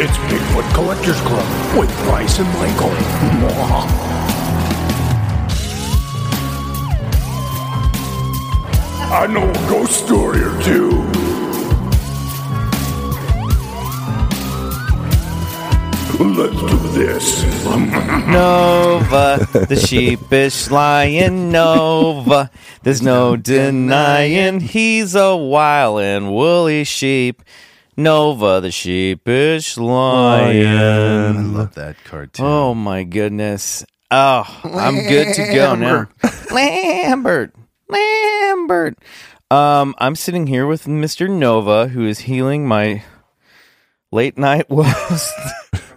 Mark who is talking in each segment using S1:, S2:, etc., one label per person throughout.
S1: It's Bigfoot Collectors Club with Bryce and Michael. Mwah. I know a ghost story or two. Let's do this.
S2: Nova, the sheep is lying Nova. There's no denying he's a wild and woolly sheep. Nova, the sheepish
S3: I
S2: lion.
S3: love that cartoon.
S2: Oh my goodness. Oh, I'm good to go now. Lambert. Lambert. Um, I'm sitting here with Mr. Nova, who is healing my late night woes.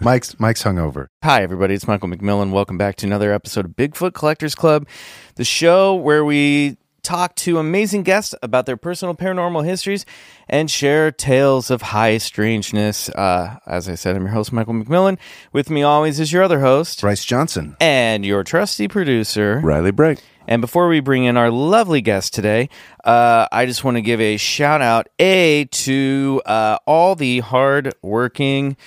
S3: Mike's Mike's hungover.
S2: Hi, everybody. It's Michael McMillan. Welcome back to another episode of Bigfoot Collectors Club, the show where we talk to amazing guests about their personal paranormal histories and share tales of high strangeness. Uh, as I said, I'm your host, Michael McMillan. With me always is your other host
S3: Bryce Johnson.
S2: and your trusty producer.
S3: Riley Bright.
S2: And before we bring in our lovely guest today, uh, I just want to give a shout out a to uh, all the hard working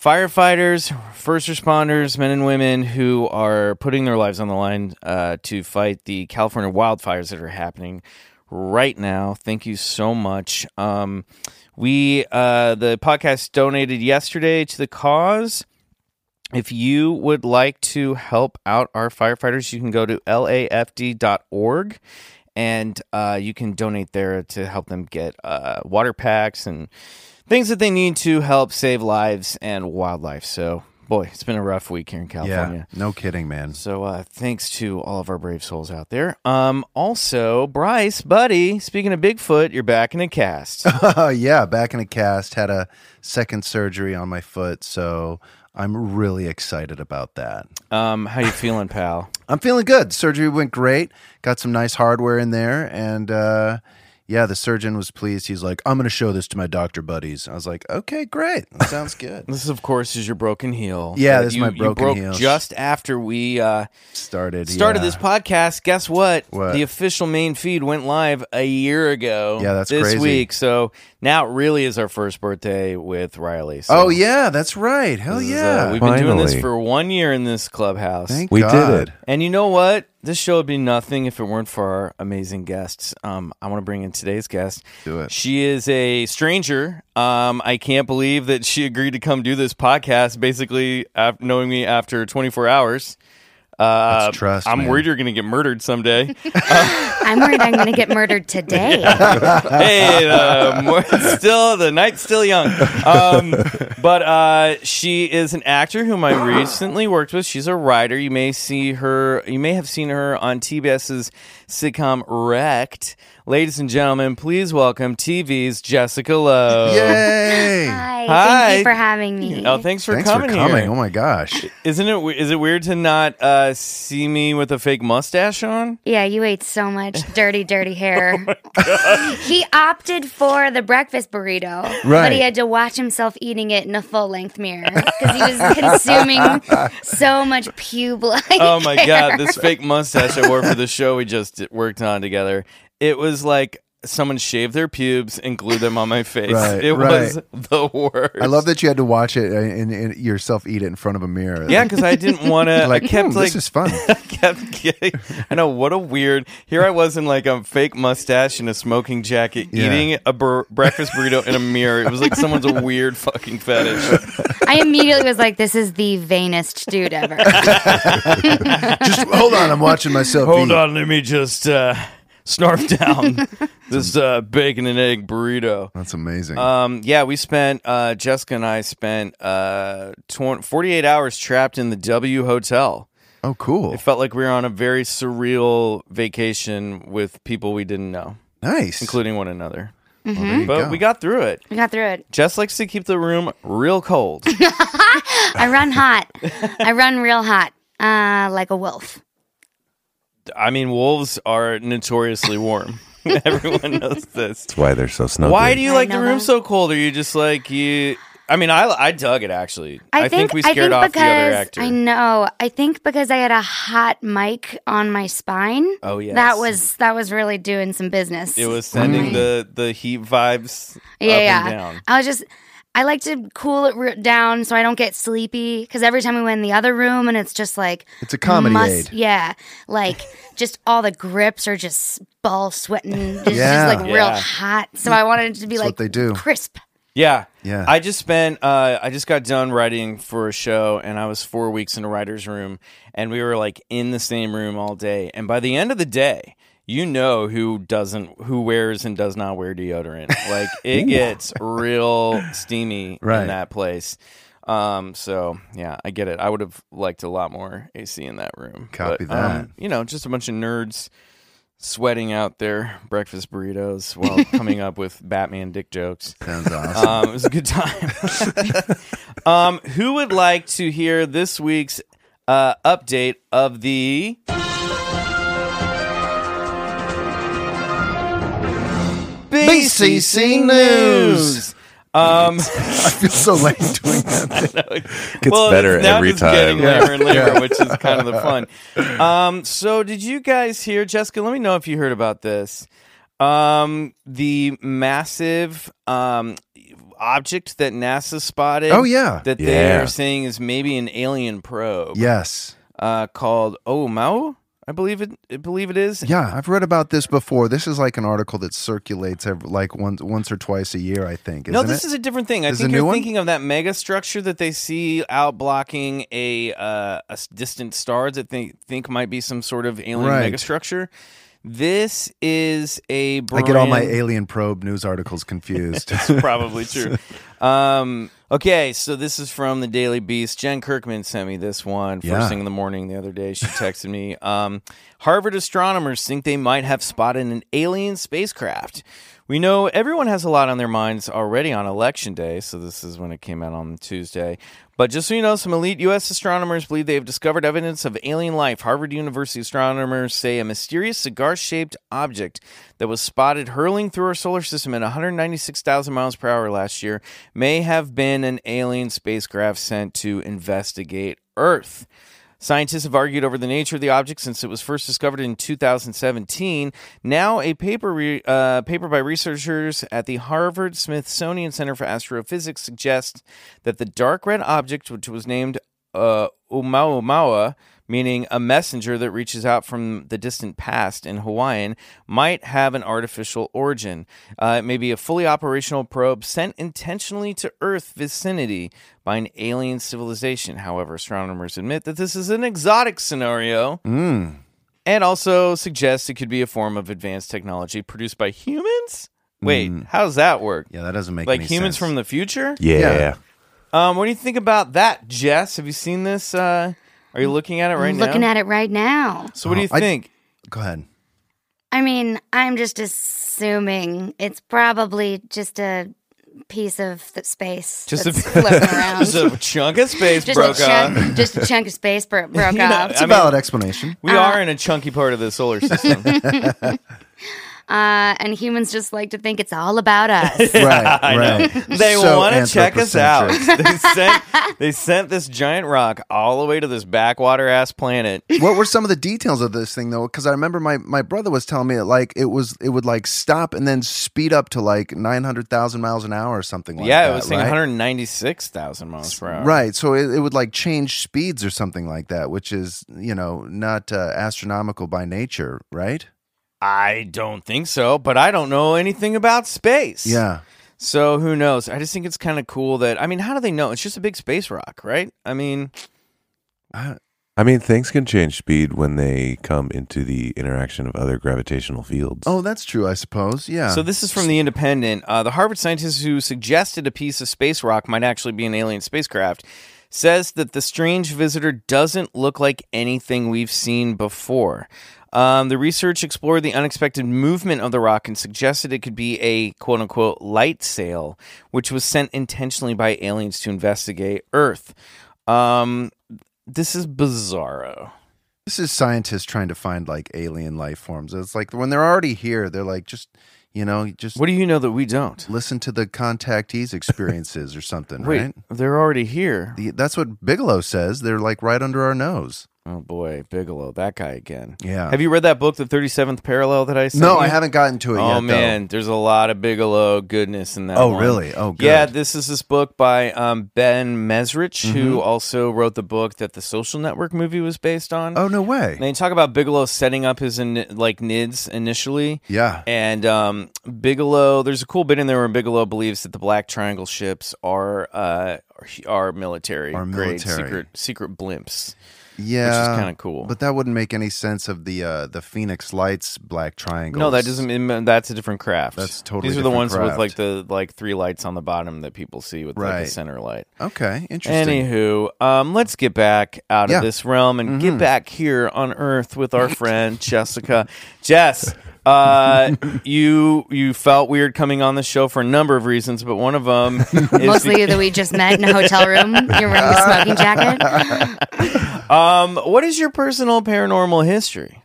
S2: firefighters, first responders, men and women who are putting their lives on the line uh, to fight the California wildfires that are happening right now. Thank you so much. Um, we uh, the podcast donated yesterday to the cause. If you would like to help out our firefighters, you can go to lafd.org and uh, you can donate there to help them get uh, water packs and things that they need to help save lives and wildlife. So, boy, it's been a rough week here in
S3: Yeah,
S2: California.
S3: no kidding, man.
S2: So, uh, thanks to all of our brave souls out there. Um, also, Bryce, buddy, speaking of Bigfoot, you're back in a cast.
S3: yeah, back in a cast. Had a second surgery on my foot, so I'm really excited about that.
S2: um, how you feeling, pal?
S3: I'm feeling good. Surgery went great. Got some nice hardware in there, and uh, yeah, the surgeon was pleased. He's like, "I'm going to show this to my doctor buddies." I was like, "Okay, great. That sounds good."
S2: This, of course, is your broken heel.
S3: Yeah,
S2: that
S3: this is
S2: you-
S3: my
S2: you
S3: broken
S2: broke
S3: heel.
S2: Just after we uh,
S3: Started.
S2: started
S3: yeah.
S2: this podcast, guess what?
S3: What?
S2: The official main feed went live a year ago.
S3: Yeah, that's
S2: this
S3: crazy.
S2: week. So now it really is our first birthday with Riley. So
S3: Oh yeah, that's right. Hell
S2: this is, uh,
S3: yeah.
S2: we've been doing this
S4: Finally.
S2: for one year in this clubhouse.
S3: Thank
S4: We did
S3: God.
S4: it.
S2: And you know what? This show would be nothing if it weren't for our amazing guests. Um, I want to bring in today's guest.
S3: Do it.
S2: She is a stranger. Um, I can't believe that she agreed to come do this podcast, basically af- knowing me after 24 hours. Uh,
S3: That's trust,
S2: I'm
S3: man.
S2: worried you're going to get murdered someday.
S5: I'm worried I'm going to get murdered today.
S2: hey, the mor- still the night's still young. Um, but uh, she is an actor whom I recently worked with. She's a writer. You may see her. You may have seen her on TBS's sitcom Wrecked. Ladies and gentlemen, please welcome TV's Jessica Lowe.
S3: Yay!
S5: Hi.
S2: Hi.
S5: Thank you for having me.
S2: Oh, thanks for
S3: Thanks
S2: coming.
S3: for coming.
S2: Here.
S3: Oh my gosh.
S2: Isn't it? we- Is it weird to not uh, see me with a fake mustache on?
S5: yeah, you ate so much dirty, dirty
S2: Oh
S5: hair. he opted for the breakfast burrito,
S3: Right.
S5: but he had to watch himself eating it in a full length mirror because he was consuming so much pube like.
S2: oh my god this fake mustache i wore for the show we just d- worked on together it was like someone shaved their pubes and glued them on my face
S3: Right,
S2: it
S3: right.
S2: was the worst
S3: I love that you had to watch it uh, and, and yourself eat it in front of a mirror.
S2: yeah because i didn't want to
S3: like,
S2: i kept
S3: "Hmm,
S2: like
S3: this is fun.
S2: I kept getting, I know what a weird. Here I was in like a fake mustache and a smoking jacket,
S3: Yeah.
S2: eating a bur- breakfast burrito in a mirror. It was like someone's a weird fucking fetish.
S5: I immediately was like, this is the vainest dude ever.
S3: Just hold on, I'm watching myself.
S2: Hold
S3: eat.
S2: on, let me just uh, snarf down this uh, bacon and egg burrito.
S3: That's amazing.
S2: Um, yeah, we spent uh, Jessica and I spent uh, tw- 48 hours trapped in the W Hotel.
S3: Oh, cool.
S2: It felt like we were on a very surreal vacation with people we didn't know,
S3: nice.
S2: including one another.
S3: Well,
S4: Mm-hmm.
S3: there you
S2: But
S3: go.
S2: we got through it.
S5: We got through it.
S2: Jess likes to keep the room real cold.
S5: I run hot. I run real hot, uh, like a wolf.
S2: I mean, wolves are notoriously warm. Everyone knows this.
S4: That's why they're so snuggly.
S2: Why do you
S5: I
S2: like the
S5: know
S2: room
S5: that.
S2: so cold? Are you just like you? I mean, I I dug it actually. I, think, we scared off the other
S5: because
S2: actor.
S5: I know. I think because I had a hot mic on my spine.
S2: Oh, yes.
S5: that was that was really doing some business.
S2: It was
S3: Mm.
S2: sending the the heat vibes
S5: yeah,
S2: up
S5: yeah.
S2: and down.
S5: I was just. I like to cool it re- down so I don't get sleepy because every time we went in the other room and it's just like
S3: It's a comedy aid.
S5: Yeah, like just all the grips are just ball sweating. It's
S3: Yeah.
S5: just like real
S2: Yeah.
S5: hot. So I wanted it to be
S3: That's
S5: like
S3: what they do.
S5: crisp.
S2: Yeah.
S3: Yeah.
S2: I just spent uh I just got done writing for a show and I was 4 weeks in a writer's room and we were like in the same room all day and by the end of the day you know who doesn't who wears and does not wear deodorant. Like it gets real steamy
S3: Right.
S2: in that place. Um so yeah, I get it. I would have liked a lot more AC in that room.
S3: Copy
S2: um,
S3: that.
S2: you know, just a bunch of nerds sweating out their breakfast burritos while coming up with Batman dick jokes.
S3: Sounds awesome.
S2: Um, it was a good time. um, who would like to hear this week's uh, update of the?
S3: BCC News.
S2: Um,
S3: I feel so lame doing that.
S4: Gets
S2: well,
S4: better
S2: it's now
S4: every
S2: just getting
S4: time.
S2: later and later, which is kind of the fun. Um, so, did you guys hear, Jessica? Let me know if you heard about this. Um, the massive um, object that NASA spotted.
S3: Oh, yeah.
S2: that they
S4: Yeah.
S2: are saying is maybe an alien probe.
S3: Yes.
S2: uh, called Oumuamua. I believe it. I believe it is.
S3: Yeah, I've read about this before. This is like an article that circulates every, like once once or twice a year, I think. Isn't
S2: No, this
S3: it?
S2: is a different thing. I
S3: This is a
S2: think
S3: new
S2: you're
S3: one?
S2: thinking of that mega structure that they see out blocking a uh, a s- distant star that they think might be some sort of alien
S3: Right.
S2: megastructure. This is a
S3: I
S2: brand,
S3: get all my alien probe news articles confused.
S2: probably true. Um, okay, so this is from the Daily Beast. Jen Kirkman sent me this one first
S3: Yeah.
S2: thing in the morning the other day. She texted me. Um, Harvard astronomers think they might have spotted an alien spacecraft. We know everyone has a lot on their minds already on election day, so this is when it came out on Tuesday. But just so you know, some elite U.S. astronomers believe they have discovered evidence of alien life. Harvard University astronomers say a mysterious cigar shaped object that was spotted hurling through our solar system at 196,000 miles per hour last year may have been an alien spacecraft sent to investigate Earth. Scientists have argued over the nature of the object since it was first discovered in 2017. Now, a paper re- uh, paper by researchers at the Harvard Smithsonian Center for Astrophysics suggests that the dark red object, which was named uh, Oumuamua, meaning a messenger that reaches out from the distant past in Hawaiian, might have an artificial origin. Uh, it may be a fully operational probe sent intentionally to Earth vicinity by an alien civilization. However, astronomers admit that this is an exotic scenario.
S3: Hmm.
S2: And also suggests it could be a form of advanced technology produced by humans? Wait, how does that work?
S3: Hmm. yeah, that doesn't make
S2: like
S3: any
S2: humans
S3: sense.
S2: from the future?
S4: Yeah.
S3: Yeah.
S2: Um, what do you think about that, Jess? Have you seen this? Uh, are you looking at it right
S5: Mm. I'm looking
S2: now?
S5: at it right now.
S2: so what do you
S3: Oh, I-
S2: think?
S3: Go ahead.
S5: I mean, I'm just assuming it's probably just a piece of the space
S2: Just a-
S5: that's floating around.
S2: There's a chunk of space
S5: just
S2: broke
S5: a chunk,
S2: off.
S5: just a chunk of space bro- broke
S2: You know,
S5: off.
S3: It's a
S2: I mean,
S3: valid explanation.
S2: we are in a chunky part of the solar system.
S5: Uh, and humans just like to think it's all about us.
S3: right,
S2: I know.
S3: right.
S2: They
S3: So
S2: want to check us out.
S3: anthropocentric.
S2: They sent, they sent this giant rock all the way to this backwater ass planet.
S3: what were some of the details of this thing though? Because I remember my, my brother was telling me that, like it was it would like stop and then speed up to like nine hundred thousand miles an hour or something like
S2: yeah,
S3: that.
S2: it was saying
S3: right?
S2: 196,000 miles per hour.
S3: Right, so it, it would like change speeds or something like that, which is you know not uh, astronomical by nature, right?
S2: I don't think so, but I don't know anything about space.
S3: Yeah,
S2: So who knows? I just think it's kind of cool that I mean, how do they know? It's just a big space rock, right? I mean,
S4: I mean, things can change speed when they come into the interaction of other gravitational fields.
S3: Oh, that's true, I suppose. Yeah.
S2: so this is from the Independent. Uh, the Harvard scientists who suggested a piece of space rock might actually be an alien spacecraft says that the strange visitor doesn't look like anything we've seen before. Um, the research explored the unexpected movement of the rock and suggested it could be a quote unquote light sail, which was sent intentionally by aliens to investigate Earth. Um, this is bizarro.
S3: This is scientists trying to find like alien life forms. It's like when they're already here, they're like just you know just
S2: What do you know that we don't?
S3: listen to the contactees' experiences or something,
S2: Wait,
S3: right?
S2: they're already here.
S3: The, that's what Bigelow says. They're like right under our nose.
S2: Oh boy, Bigelow, that guy again.
S3: Yeah.
S2: Have you read that book, The Thirty Seventh Parallel? That I sent
S3: no,
S2: you?
S3: I haven't gotten to it yet.
S2: Oh
S3: though.
S2: man, there's a lot of Bigelow goodness in that.
S3: Oh,
S2: one.
S3: really? Oh, good.
S2: yeah. This is this book by um, Ben Mesrich, who
S3: Mm-hmm.
S2: also wrote the book that the Social Network movie was based on.
S3: Oh no way.
S2: And they talk about Bigelow setting up his in, like NIDS initially.
S3: Yeah.
S2: And um, Bigelow, there's a cool bit in there where Bigelow believes that the Black Triangle ships are uh, are military,
S3: Are
S2: grade
S3: military.
S2: secret secret blimps.
S3: yeah,
S2: kinda cool.
S3: But that wouldn't make any sense of the uh, the Phoenix Lights black triangle.
S2: No, that doesn't. mean That's a different craft.
S3: That's totally
S2: These are the ones
S3: different
S2: with
S3: craft.
S2: like the like three lights on the bottom that people see with like a
S3: Right.
S2: center light.
S3: Okay, interesting.
S2: Anywho, um, let's get back out
S3: Yeah. Mm-hmm.
S2: of this realm and get back here on Earth with our friend Jessica. Jess, uh, you you felt weird coming on the show for a number of reasons, but one of them is
S5: Mostly
S2: beca-
S5: that we just met in a hotel room. You're wearing the smoking jacket.
S2: um, what is your personal paranormal history?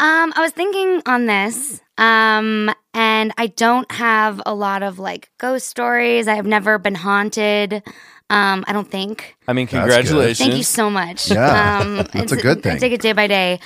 S5: Um, I was thinking on this, um, and I don't have a lot of like ghost stories. I have never been haunted. Um, I don't think.
S2: I mean,
S3: good.
S2: congratulations.
S5: Thank you so much.
S3: Yeah,
S5: um,
S3: that's
S5: it's-
S3: a good
S5: I
S3: thing.
S5: take it day by day,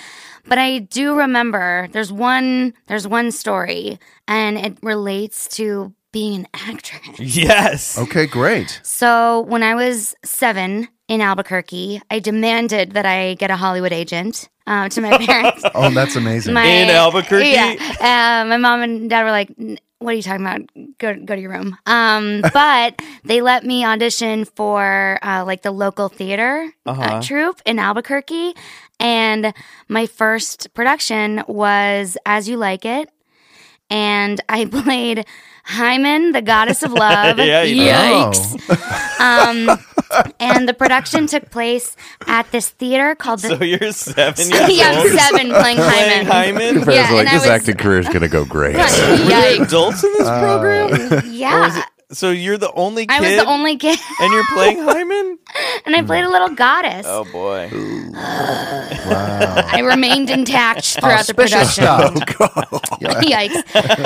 S5: but I do remember there's one there's one story, and it relates to being an actress.
S2: Yes.
S3: Okay, great.
S5: So when I was seven in Albuquerque, I demanded that I get a Hollywood agent uh, to my parents.
S3: Oh, that's amazing.
S5: My-
S2: In Albuquerque?
S5: Yeah. Uh, my mom and dad were like, "N- "What are you talking about? Go go to your room." Um, but they let me audition for uh, like the local theater uh
S2: Uh-huh.
S5: troupe in Albuquerque, and my first production was "As You Like It." And I played Hymen, the goddess of love.
S2: Yeah, you did. Oh.
S5: Yikes! Um, and the production took place at this theater called the.
S2: So you're seven years
S5: yeah,
S2: old.
S5: I'm seven playing
S2: Playing
S5: Hymen.
S2: Hyman.
S4: Friends
S5: Yeah,
S4: were like,
S5: and I
S4: this
S5: was-
S4: acting career is going to go great.
S5: Yikes.
S2: Adults in this program. Or is
S5: Yeah.
S2: it- so you're the only kid.
S5: I was the only kid,
S2: and you're playing Hyman?
S5: and I played a little goddess.
S2: Oh boy.
S5: I remained intact throughout the
S3: Special
S5: production.
S3: stop.
S5: Yikes!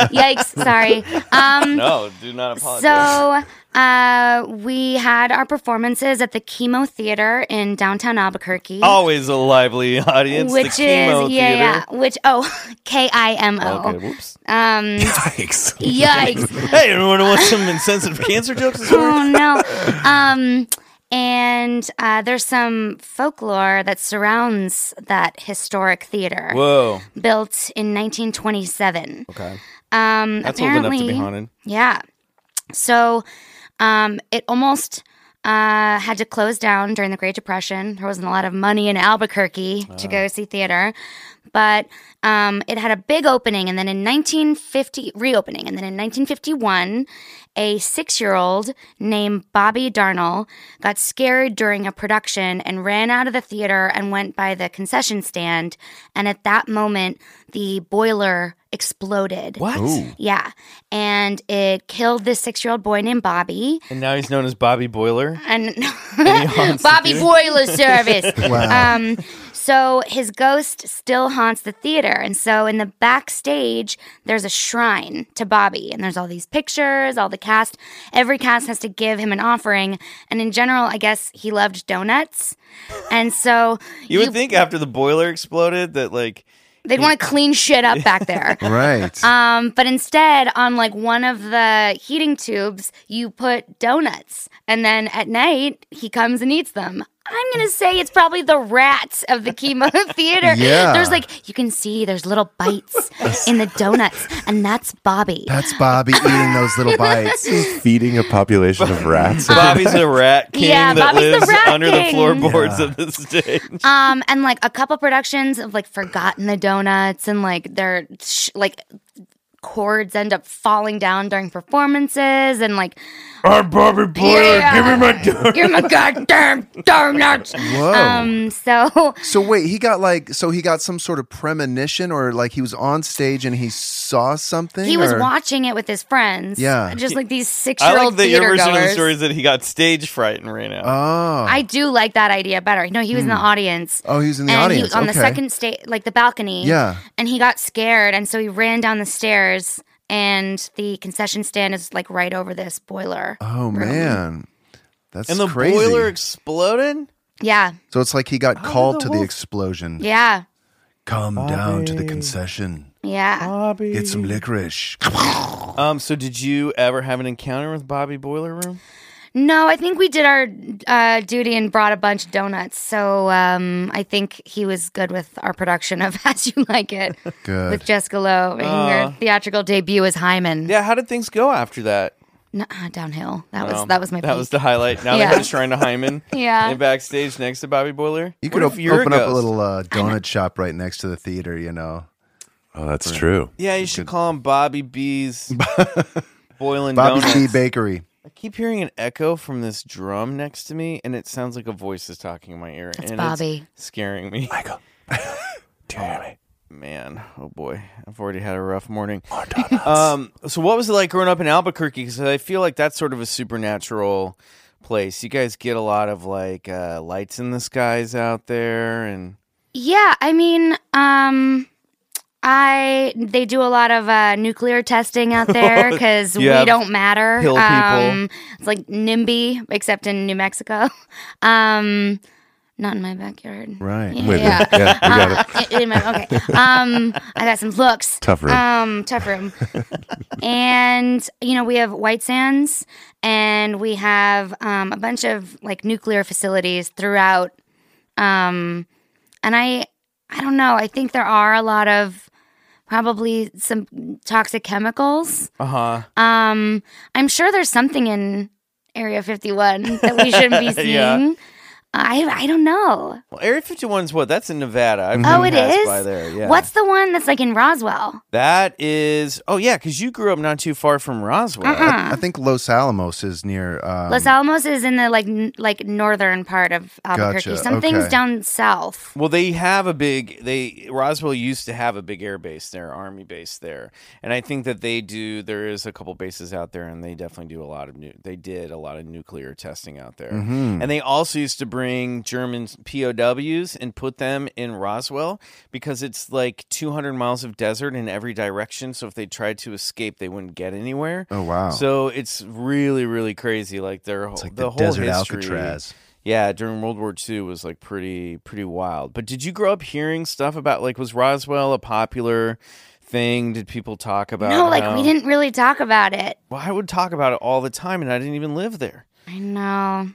S5: Yikes! Sorry. Um,
S2: No, do not apologize.
S5: So uh, we had our performances at the Chemo Theater in downtown Albuquerque,
S2: Always a lively audience. Oh, the
S5: which is yeah,
S2: chemo theater.
S5: yeah, Oh, which oh, K I M
S2: Okay,
S5: O.
S2: whoops.
S5: Um,
S4: Yikes.
S5: yikes!
S2: Hey, anyone want some insensitive cancer jokes? this morning?
S5: oh no um and uh, there's some folklore that surrounds that historic theater
S2: Whoa.
S5: built in 1927
S2: Okay.
S5: um
S2: That's old enough
S5: apparently
S2: to be haunted.
S5: yeah so um it almost uh, had to close down during the Great Depression. There wasn't a lot of money in Albuquerque to go see theater, but um, it had a big opening, and then in 1950 reopening, and then in 1951, a six-year-old named Bobby Darnell got scared during a production and ran out of the theater and went by the concession stand, and at that moment, the boiler exploded.
S2: What?
S5: Yeah, and it killed this six-year-old boy named Bobby
S2: And now he's known as Bobby Boiler.
S5: and
S2: haunts the
S5: Bobby
S2: theater?
S5: Boiler service.
S3: Wow.
S5: Um, so his ghost still haunts the theater, and so in the backstage there's a shrine to Bobby, and there's all these pictures, all the cast. Every cast has to give him an offering, and in general, I guess he loved donuts, and so
S2: You would think after the boiler exploded that like
S5: they'd want to clean shit up back there.
S3: right.
S5: Um, but instead, on like one of the heating tubes, you put donuts, and then at night he comes and eats them. I'm gonna say it's probably the rats of the chemo theater.
S3: Yeah.
S5: There's like you can see there's little bites in the donuts, and that's Bobby.
S3: that's Bobby eating those little bites.
S5: Um,
S4: Feeding a population of rats.
S2: Bobby's a rat king
S5: Uh-huh. Yeah,
S2: that
S5: Bobby's the
S2: lives
S5: rat
S2: under the
S5: king.
S2: floorboards of the stage.
S5: Um, and like a couple productions of like Forgotten the Donuts and like they're sh- like cords end up falling down during performances and like
S2: I'm Bobby Blair. Give me my
S5: give me goddamn donuts.
S3: Whoa.
S5: Um, so
S3: so wait, he got like so he got some sort of premonition or like he was on stage and he saw something.
S5: he was
S3: or-
S5: watching it with his friends.
S3: Yeah.
S5: just like these
S2: I
S5: six-year-old
S2: like that your
S5: theater
S2: version of the
S5: goers.
S2: story is that he got stage fright and ran out.
S3: Oh.
S5: I do like that idea better. No, he was in the audience.
S3: Oh, he was in the
S5: and He
S3: audience.
S5: was on the
S3: Okay.
S5: second stage, like the balcony.
S3: Yeah.
S5: And he got scared, and so he ran down the stairs. And the concession stand is like right over this boiler.
S3: Oh
S5: room.
S3: man. That's
S2: and the
S3: crazy.
S2: boiler exploded?
S5: Yeah,
S3: so it's like he got
S2: did
S3: called
S2: the
S3: to the
S2: wolf-
S3: explosion.
S5: Oh, yeah,
S3: Come down to the concession.
S5: yeah.
S2: Bobby.
S3: Get some licorice.
S2: Um, so did you ever have an encounter with Bobby Boiler Room?
S5: No, I think we did our uh, duty and brought a bunch of donuts. So um, I think he was good with our production of As You Like It
S3: Good.
S5: with Jessica Lowe. And her theatrical debut as Hyman.
S2: Yeah, how did things go after that?
S5: Nuh uh, downhill. That was
S2: Um,
S5: that was my
S2: That
S5: peak.
S2: was the highlight. Now
S5: Yeah.
S2: they're just trying to Hyman.
S5: Yeah.
S2: And backstage next to Bobby Boiler.
S3: You
S2: What
S3: could
S2: if
S3: op-
S2: you're
S3: open up a
S2: ghost?
S3: little uh, donut shop right next to the theater, you know.
S4: Oh, that's true.
S2: Yeah, you should call him Bobby B's Boiling
S3: Bobby
S2: Donuts.
S3: B. Bakery.
S2: I keep hearing an echo from this drum next to me, and it sounds like a voice is talking in my ear.
S5: That's
S2: and
S5: Bobby.
S2: It's scaring me.
S4: Michael, do you hear me?
S2: Man, oh boy, I've already had a rough morning. Um, so what was it like growing up in Albuquerque? Because I feel like that's sort of a supernatural place. You guys get a lot of like uh, lights in the skies out there, and
S5: Yeah, I mean, um I they do a lot of uh, nuclear testing out there because
S2: You
S5: we
S2: have
S5: don't matter.
S2: hill people.
S5: Um, it's like NIMBY, except in New Mexico. Um, not in my backyard.
S3: Right.
S4: Wait a
S5: Yeah.
S4: minute. Yeah, you got it.
S5: In- in my- okay. Um, I got some looks.
S4: Tough room.
S5: Um, tough room. and you know we have White Sands, and we have um, a bunch of like nuclear facilities throughout. Um, and I, I don't know. I think there are a lot of probably some toxic chemicals.
S2: uh huh.
S5: Um, I'm sure there's something in Area 51 that we shouldn't be seeing.
S2: Yeah.
S5: I I don't know.
S2: Well, Area 51's what? That's in Nevada. I've
S5: Oh,
S2: been
S5: it
S2: passed
S5: is?
S2: by there. Yeah.
S5: What's the one that's like in Roswell?
S2: that? Is oh yeah, because you grew up not too far from Roswell.
S3: I think Los Alamos is near. Um,
S5: Los Alamos is in the like n- like northern part of Albuquerque.
S3: Gotcha,
S5: Something's
S3: okay.
S5: down south.
S2: Well, they have a big they Roswell used to have a big air base there, army base there, and I think that they do. There is a couple bases out there, and they definitely do a lot of new. They did a lot of nuclear testing out there,
S3: Mm-hmm.
S2: and they also used to bring German POWs and put them in Roswell because it's like 200 miles of desert in every direction. So if they tried to escape, they wouldn't get anywhere.
S3: oh wow.
S2: So it's really, really crazy. Like their whole
S3: it's like
S2: the,
S3: the,
S2: whole
S3: desert
S2: history.
S3: Alcatraz.
S2: Yeah, during World War II was like pretty pretty wild. But did you grow up hearing stuff about like was Roswell a popular thing? Did people talk about?
S5: no, like we
S2: how-
S5: didn't really talk about it.
S2: Well, I would talk about it all the time, and I didn't even live there.
S5: I know.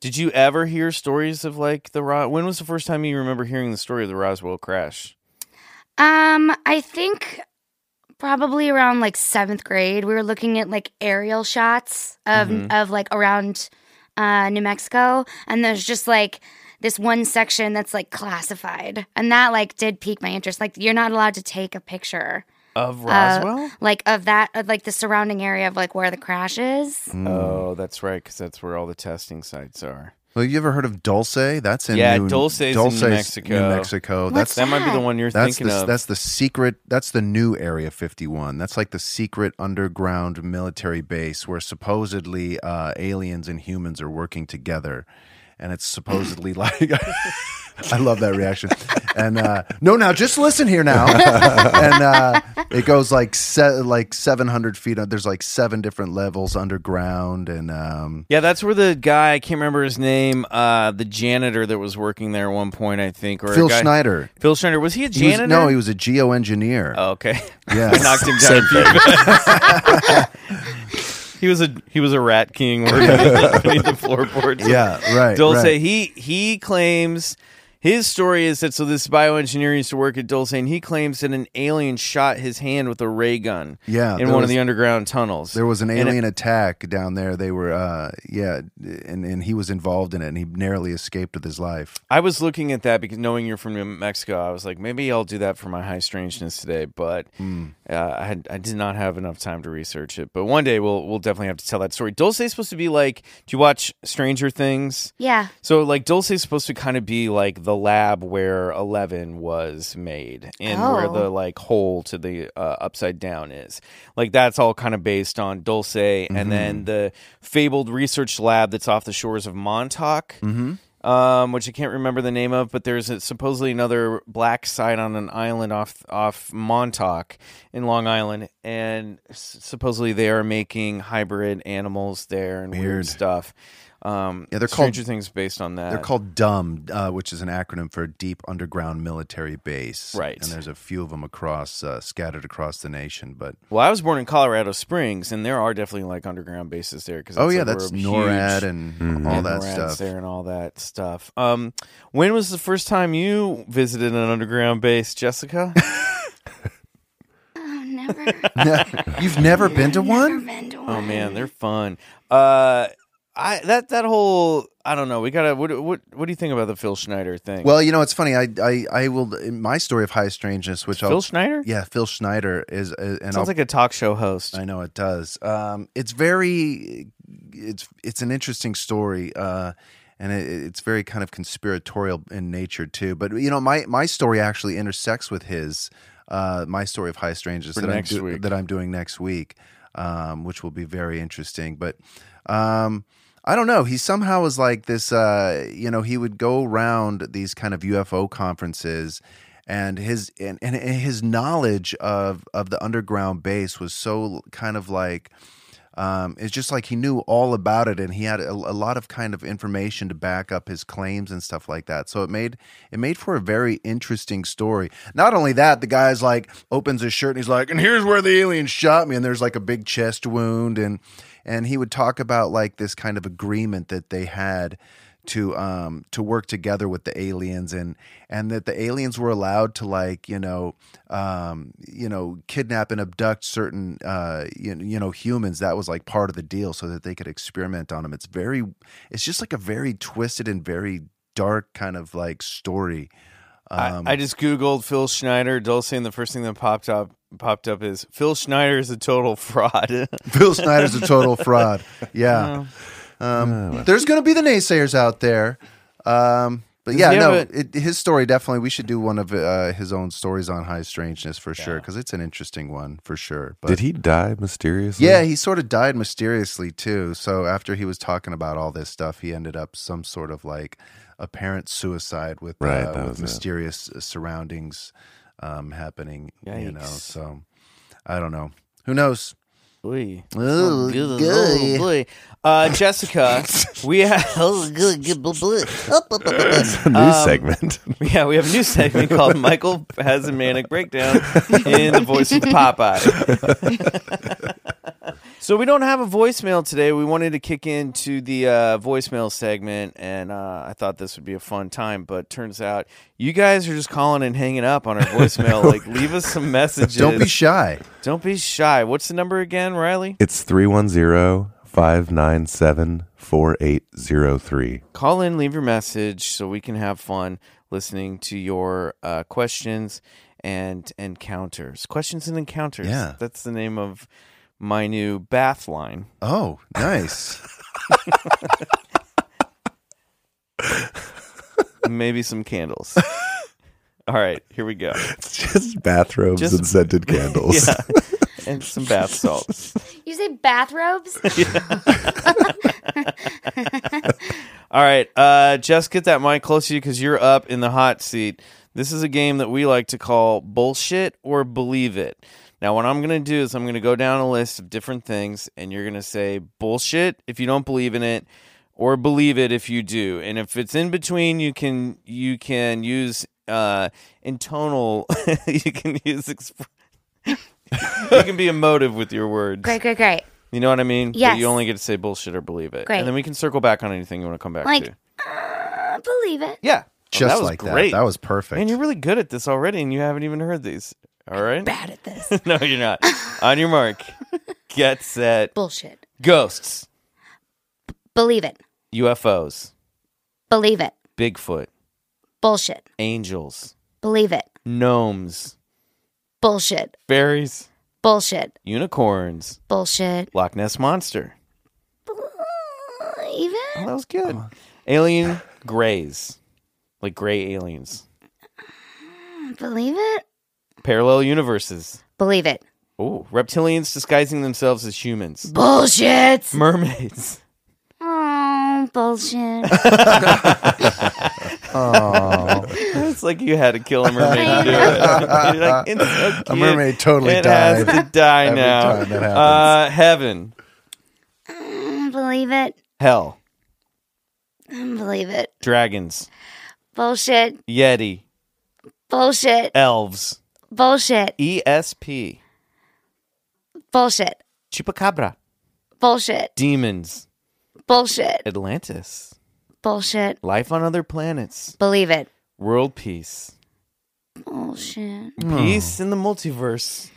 S2: Did you ever hear stories of like the Ro- when was the first time you remember hearing the story of the Roswell crash?
S5: Um, I think probably around like seventh grade, we were looking at like aerial shots of of like around uh, New Mexico, and there's just like this one section that's like classified, and that like did pique my interest. Like you're not allowed to take a picture.
S2: Of
S5: uh,
S2: Roswell?
S5: like of that, of like the surrounding area of like where the crash is.
S2: oh, that's right, because that's where all the testing sites are.
S3: Well, you ever heard of Dulce? That's in
S2: Yeah,
S3: New,
S2: Dulce's in New Mexico.
S3: Mexico.
S5: What's
S3: That's
S2: That might be the one you're
S3: that's
S2: thinking
S3: the
S2: of.
S3: that's the secret. That's the new Area 51. That's like the secret underground military base where supposedly uh, aliens and humans are working together, and it's supposedly like. I love that reaction. And uh, no, now just listen here now. and uh, it goes like se- like 700 feet. up. There's like seven different levels underground, and um,
S2: Yeah, that's where the guy I can't remember his name, uh, the janitor that was working there at one point, I think, or a
S3: Phil
S2: guy-
S3: Schneider.
S2: Phil Schneider was he a
S3: He was-
S2: janitor?
S3: no, he was a geo engineer.
S2: Oh, okay.
S3: Yeah,
S2: knocked him down a few pegs. he was a he was a rat king working beneath the floorboards.
S3: Yeah, right.
S2: Dulce
S3: right.
S2: he he claims His story is that so this bioengineer used to work at Dulce, and he claims that an alien shot his hand with a ray gun.
S3: Yeah,
S2: in
S3: there
S2: one of
S3: was-
S2: the underground tunnels.
S3: There was an
S2: And it-
S3: alien attack down there. They were, uh, yeah, and, and he was involved in it, and he narrowly escaped with his life.
S2: I was looking at that because knowing you're from New Mexico, I was like, maybe I'll do that for my high strangeness today. But uh, I had, I did not have enough time to research it. But one day we'll we'll definitely have to tell that story. Dulce is supposed to be like, do you watch Stranger Things?
S5: Yeah.
S2: So like Dulce is supposed to kind of be like the lab where Eleven was made and where
S5: Oh.
S2: the like hole to the uh, upside down is. Like that's all kind of based on Dulce, and
S3: Mm-hmm.
S2: then the fabled research lab that's off the shores of Montauk.
S3: Mm-hmm.
S2: Um, which I can't remember the name of, but there's a, supposedly another black site on an island off off Montauk in Long Island, and s- supposedly they are making hybrid animals there and weird,
S3: Weird.
S2: stuff. Um,
S3: Yeah, they're
S2: Stranger
S3: called-
S2: Things based on that.
S3: They're called DUM, uh, which is an acronym for Deep Underground Military Base.
S2: Right.
S3: And there's a few of them across, uh, scattered across the nation. But
S2: Well, I was born in Colorado Springs, and there are definitely like underground bases there. Cause
S3: oh
S2: it's,
S3: yeah,
S2: like,
S3: that's
S2: we're
S3: NORAD
S2: huge-
S3: and all
S2: yeah,
S3: that
S2: NORAD's
S3: stuff.
S2: there and all that stuff. Um, when was the first time you visited an underground base, Jessica?
S5: Oh, never.
S3: You've never been to one?
S5: Never been to
S2: oh
S5: one.
S2: man, they're fun. Uh, I that that whole I don't know. We gotta what what what do you think about the Phil Schneider thing?
S3: Well, you know, it's funny. I, I, I will. in My story of high strangeness, which
S2: Phil
S3: I'll,
S2: Schneider
S3: yeah, Phil Schneider is, uh, and I'll
S2: sounds like a talk show host.
S3: I know it does. Um, it's very, it's it's an interesting story, uh, and it, it's very kind of conspiratorial in nature too. But you know, my my story actually intersects with his, uh, my story of high strangers
S2: For
S3: that
S2: next
S3: I'm do-
S2: week.
S3: that I'm doing next week, um, which will be very interesting. But um, I don't know. He somehow was like this. Uh, you know, he would go around these kind of UFO conferences, and his and, and and his knowledge of of the underground base was so kind of like. Um, it's just like he knew all about it, and he had a, a lot of kind of information to back up his claims and stuff like that. So it made it made for a very interesting story. Not only that, the guy's like opens his shirt and he's like, "And here's where the alien shot me." And there's like a big chest wound, and and he would talk about like this kind of agreement that they had to um to work together with the aliens and and that the aliens were allowed to like you know um you know kidnap and abduct certain uh you, you know humans that was like part of the deal so that they could experiment on them it's very it's just like a very twisted and very dark kind of like story Um,
S2: I, I just googled Phil Schneider Dulce, and the first thing that popped up popped up is Phil Schneider is a total fraud.
S3: Bill Snyder's a total fraud yeah um there's going to be the naysayers out there um but
S2: Does
S3: yeah,
S2: he
S3: no,
S2: have
S3: it, his story definitely. We should do one of uh, his own stories on high strangeness for sure, because it's an interesting one for sure. But
S4: Did he die mysteriously?
S3: Yeah, he sort of died mysteriously too. So after he was talking about all this stuff, he ended up some sort of like apparent suicide with
S4: Right,
S3: uh,
S4: that
S3: with
S4: was it.
S3: mysterious uh, surroundings um, happening. You know,
S2: Yikes.
S3: so I don't know. Who knows?
S2: Ooh,
S3: Ooh,
S2: good.
S3: good.
S2: Ooh, boy. Uh, Jessica, we have
S4: It's a new
S2: um,
S4: segment.
S2: yeah, we have a new segment called Michael has a manic breakdown in the voice of Popeye. so we don't have a voicemail today. We wanted to kick into the uh, voicemail segment, and uh, I thought this would be a fun time. But turns out you guys are just calling and hanging up on our voicemail. like, leave us some messages.
S3: Don't be shy.
S2: Don't be shy. What's the number again, Riley?
S4: It's 310 597 4803.
S2: call in, leave your message so we can have fun listening to your uh, questions and encounters. Questions and encounters.
S3: Yeah.
S2: That's the name of my new bath line.
S3: Oh, nice.
S2: Maybe some candles. All right, here we go.
S4: It's just bathrobes
S2: Just-
S4: and scented candles.
S2: Yeah. And some bath salts.
S5: You say bathrobes?
S2: All right, uh, just get that mic close to you because you're up in the hot seat. This is a game that we like to call bullshit or believe it. Now, what I'm going to do is I'm going to go down a list of different things, and you're going to say bullshit if you don't believe in it, or believe it if you do. And if it's in between, you can you can use uh, intonal, you can use exp- you can be emotive with your words.
S5: Great, great, great.
S2: You know what I mean? But
S5: Yes.
S2: you only get to say bullshit or believe it.
S5: Great.
S2: And then we can circle back on anything you want to come back
S5: Like,
S2: to.
S5: uh, believe it.
S2: Yeah. Oh,
S3: just
S2: that was
S3: like
S2: great.
S3: that. That was perfect.
S2: Man, you're really good at this already, and you haven't even heard these. All right.
S5: Bad at this.
S2: no, you're not. On your mark, get set.
S5: Bullshit.
S2: Ghosts,
S5: Believe it.
S2: UFOs,
S5: Believe it.
S2: Bigfoot,
S5: Bullshit.
S2: angels,
S5: Believe it.
S2: gnomes,
S5: Bullshit.
S2: fairies,
S5: Bullshit.
S2: unicorns,
S5: Bullshit.
S2: Loch Ness monster.
S5: Believe
S2: Oh,
S5: it.
S2: that was good. Alien grays, like gray aliens.
S5: Believe it.
S2: Parallel universes.
S5: Believe it.
S2: Oh, reptilians disguising themselves as humans.
S5: Bullshit.
S2: Mermaids.
S5: Oh, bullshit.
S2: It's like you had to kill a mermaid to do it. You're like, it's
S3: A mermaid totally
S2: it
S3: died
S2: has to die
S3: every
S2: now.
S3: time that happens.
S2: uh, heaven,
S5: Believe it.
S2: hell,
S5: Believe it.
S2: dragons,
S5: Bullshit.
S2: yeti, Eh.
S5: Bullshit.
S2: elves, E
S5: Bullshit.
S2: ESP,
S5: Bullshit.
S2: chupacabra,
S5: Bullshit.
S2: demons,
S5: Bullshit.
S2: Atlantis,
S5: Bullshit.
S2: life on other planets,
S5: Believe it.
S2: world peace,
S5: Bullshit.
S3: Hmm.
S2: peace in the multiverse.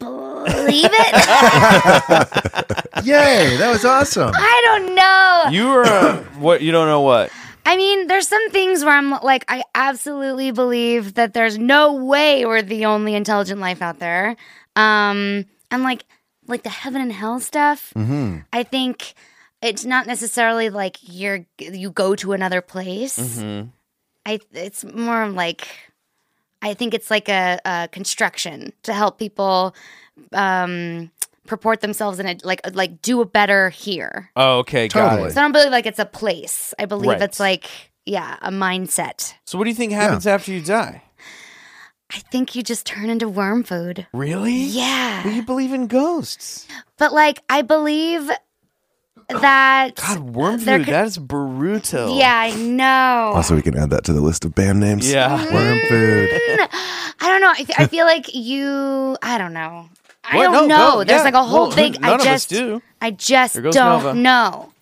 S5: Believe it?
S3: Yay, that was awesome.
S5: I don't know.
S2: You are a, what you don't know what.
S5: I mean, there's some things where I'm like, I absolutely believe that there's no way we're the only intelligent life out there. Um, and like, like the heaven and hell stuff. I think it's not necessarily like you're you go to another place. I it's more like I think it's like a, a construction to help people um, purport themselves and like like do a better here.
S2: Oh, okay, got
S3: Totally.
S2: it.
S5: So I don't believe like it's a place. I believe
S2: Right.
S5: it's like yeah, a mindset.
S2: So what do you think happens after you die?
S5: I think you just turn into worm food.
S2: Really? Well,
S5: Yeah.
S2: you believe in ghosts.
S5: But like I believe that
S2: God, worm
S5: There
S2: food.
S5: could-
S2: that is Baruto.
S5: Yeah, I know.
S4: Also, we can add that to the list of band names.
S2: Yeah.
S3: Worm food.
S5: I don't know. I, I feel like you. I don't know. I
S2: What?
S5: don't
S2: No,
S5: know.
S2: go.
S5: There's
S2: Yeah.
S5: like a whole
S2: Well,
S5: thing.
S2: none
S5: I
S2: of us
S5: just
S2: do.
S5: I just
S2: There
S5: don't
S2: goes Nova.
S5: know.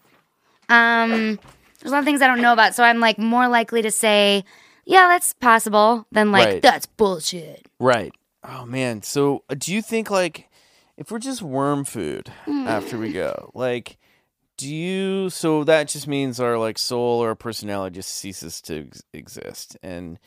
S5: Um, there's a lot of things I don't know about, so I'm like more likely to say, yeah, that's possible, than like
S2: Right.
S5: that's bullshit.
S2: Right. Oh man. So uh, do you think like if we're just worm food
S5: Hmm.
S2: after we go, like do you so that just means our like soul or our personality just ceases to ex- exist and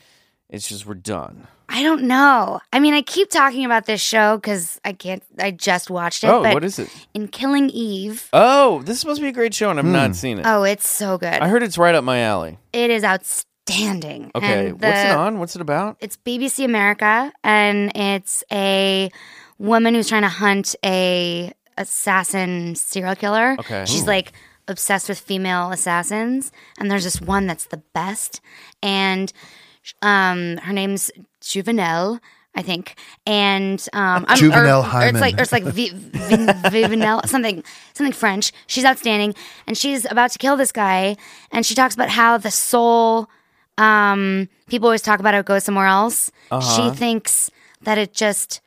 S2: it's just we're done.
S5: I don't know. I mean, I keep talking about this show because I can't. I just watched it.
S2: Oh,
S5: but
S2: what is it?
S5: in Killing Eve?
S2: Oh, this is supposed to be a great show and I've not seen it.
S5: Oh, it's so good.
S2: I heard it's right up my alley.
S5: it is outstanding.
S2: Okay.
S5: And
S2: What's it
S5: the-
S2: on? What's it about?
S5: it's BBC America, and it's a woman who's trying to hunt a assassin serial killer.
S2: Okay.
S5: she's like obsessed with female assassins, and there's this one that's the best, and um, her name's Juvenel. I think, and um, I'm,
S3: Juvenel
S5: or, or it's
S3: Hyman.
S5: like or it's like vi- vi- Vivenel, something something French. She's outstanding, and she's about to kill this guy, and she talks about how the soul um, people always talk about it goes somewhere else. She thinks that it just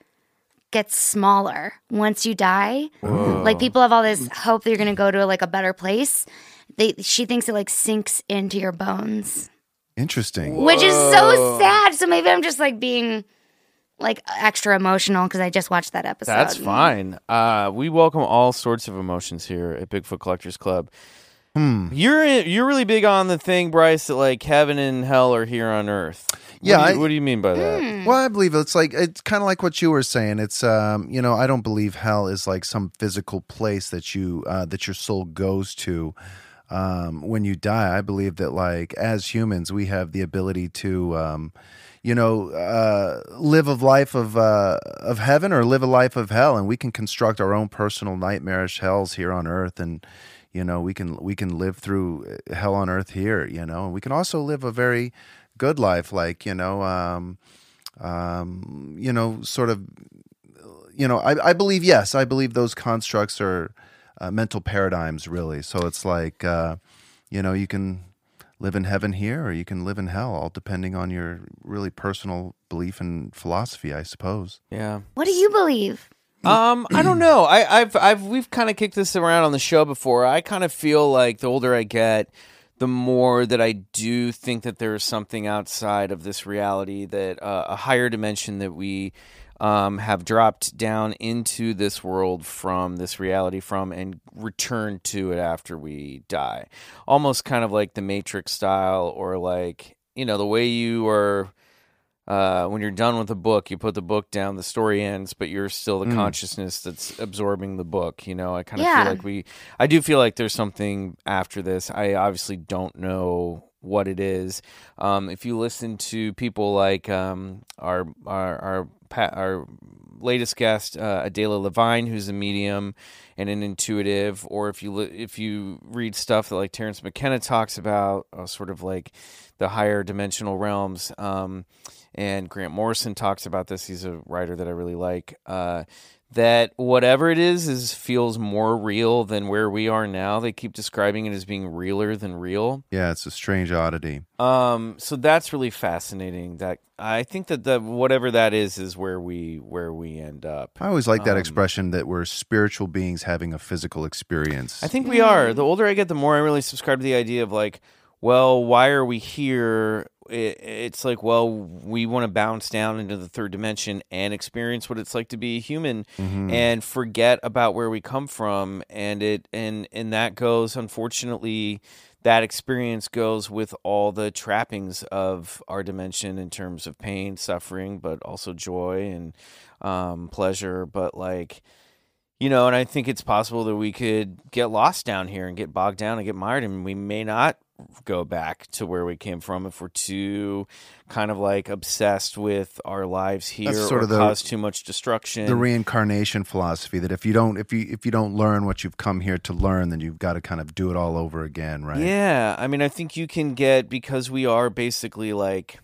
S5: gets smaller once you die. Like people have all this hope that you're gonna go to like a better place. They, she thinks it like sinks into your bones,
S3: Interesting.
S5: which is so sad. So maybe I'm just like being like extra emotional because I just watched that episode.
S2: That's fine. Uh, we welcome all sorts of emotions here at Bigfoot Collectors Club.
S3: Hmm.
S2: You're you're really big on the thing, Bryce, that like heaven and hell are here on earth. What
S3: Yeah,
S2: do you-
S3: I- Hmm.
S2: what do you mean by that?
S3: Well, I believe it's like it's kind of like what you were saying. It's um, you know, I don't believe hell is like some physical place that you uh, that your soul goes to um, when you die. I believe that like as humans, we have the ability to um, you know, uh, live a life of uh, of heaven or live a life of hell, and we can construct our own personal nightmarish hells here on earth, and you know, we can we can live through uh, hell on earth here, you know, and we can also live a very good life, like you know. Um, um, you know, sort of, you know, I, I believe, yes, I believe those constructs are uh, mental paradigms, really. So it's like, uh, you know, you can live in heaven here or you can live in hell, all depending on your really personal belief and philosophy, I suppose.
S2: Yeah.
S5: What do you believe?
S3: Hmm.
S2: Um, I don't know. I, I've I've we've kind of kicked this around on the show before. I kind of feel like the older I get, the more that I do think that there is something outside of this reality that uh, a higher dimension that we um, have dropped down into this world from this reality from and return to it after we die. Almost kind of like the Matrix style, or like, you know, the way you are. Uh, when you're done with a book, you put the book down, the story ends, but you're still the
S3: Mm.
S2: consciousness that's absorbing the book. You know, I kind of
S5: Yeah.
S2: feel like we I do feel like there's something after this. I obviously don't know what it is. Um, if you listen to people like um, our our our, pa- our latest guest uh, Adela Levine, who's a medium and an intuitive, or if you li- if you read stuff that like Terrence McKenna talks about, uh, sort of like the higher dimensional realms. Um, and Grant Morrison talks about this. He's a writer that I really like. Uh, that whatever it is is feels more real than where we are now. They keep describing it as being realer than real.
S3: Yeah, it's a strange oddity.
S2: Um, so that's really fascinating. That I think that the whatever that is is where we where we end up.
S3: I always like that
S2: Um,
S3: expression that we're spiritual beings having a physical experience.
S2: I think we are. The older I get, the more I really subscribe to the idea of like, well, why are we here? It, it's like, well, we want to bounce down into the third dimension and experience what it's like to be a human
S3: Mhm.
S2: and forget about where we come from. And it and and that goes, unfortunately, that experience goes with all the trappings of our dimension in terms of pain, suffering, but also joy and um, pleasure. But like, you know, and I think it's possible that we could get lost down here and get bogged down and get mired, and we may not go back to where we came from if we're too kind of like obsessed with our lives here
S3: sort
S2: or
S3: of the-
S2: cause too much destruction.
S3: the reincarnation philosophy that if you don't if you if you don't learn what you've come here to learn, then you've got to kind of do it all over again, right?
S2: Yeah, I mean, I think you can get because we are basically like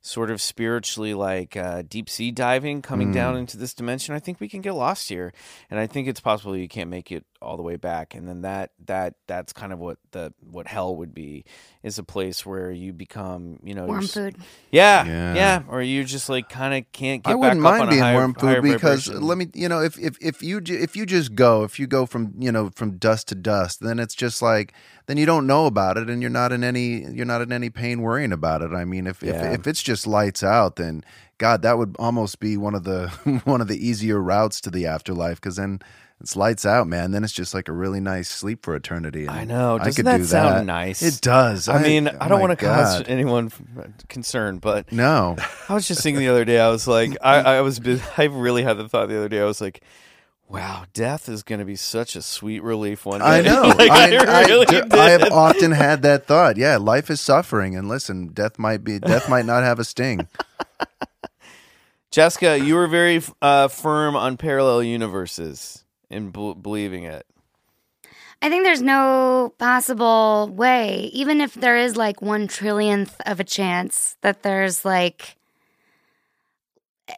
S2: sort of spiritually like uh, deep sea diving, coming down
S3: Mm.
S2: into this dimension. I think we can get lost here, and I think it's possible you can't make it all the way back. And then that that that's kind of what the what hell would be is a place where you become you know you're
S5: Worm
S2: s-
S5: food.
S2: Yeah, yeah,
S3: Yeah.
S2: or you just like kind of can't get.
S3: I
S2: back
S3: wouldn't
S2: up
S3: mind
S2: on a
S3: being
S2: higher-
S3: worm
S2: higher
S3: food because uh,
S2: vibration.
S3: let me, you know, if if if you ju- if you just go, if you go from you know from dust to dust, then it's just like then you don't know about it, and you're not in any you're not in any pain worrying about it. I mean, if
S2: Yeah.
S3: if, if it's just lights out, then God, that would almost be one of the one of the easier routes to the afterlife because then it's lights out, man. Then it's just like a really nice sleep for eternity. and
S2: I know.
S3: I
S2: Doesn't
S3: could
S2: that
S3: do
S2: sound
S3: that.
S2: nice?
S3: It does. oh
S2: I mean, I don't
S3: want to
S2: cause anyone f- uh, concern, but
S3: No,
S2: I was just thinking the other day. I was like, I, I was, bu- I really had the thought the other day. I was like, wow, death is going to be such a sweet relief one day.
S3: I know.
S2: like, I,
S3: I,
S2: really
S3: do-
S2: did.
S3: I have often had that thought. Yeah, life is suffering, and listen, death might be death might not have a sting.
S2: Jessica, you were very uh, firm on parallel universes and bel- believing it.
S5: I think there's no possible way, even if there is like one trillionth of a chance that there's like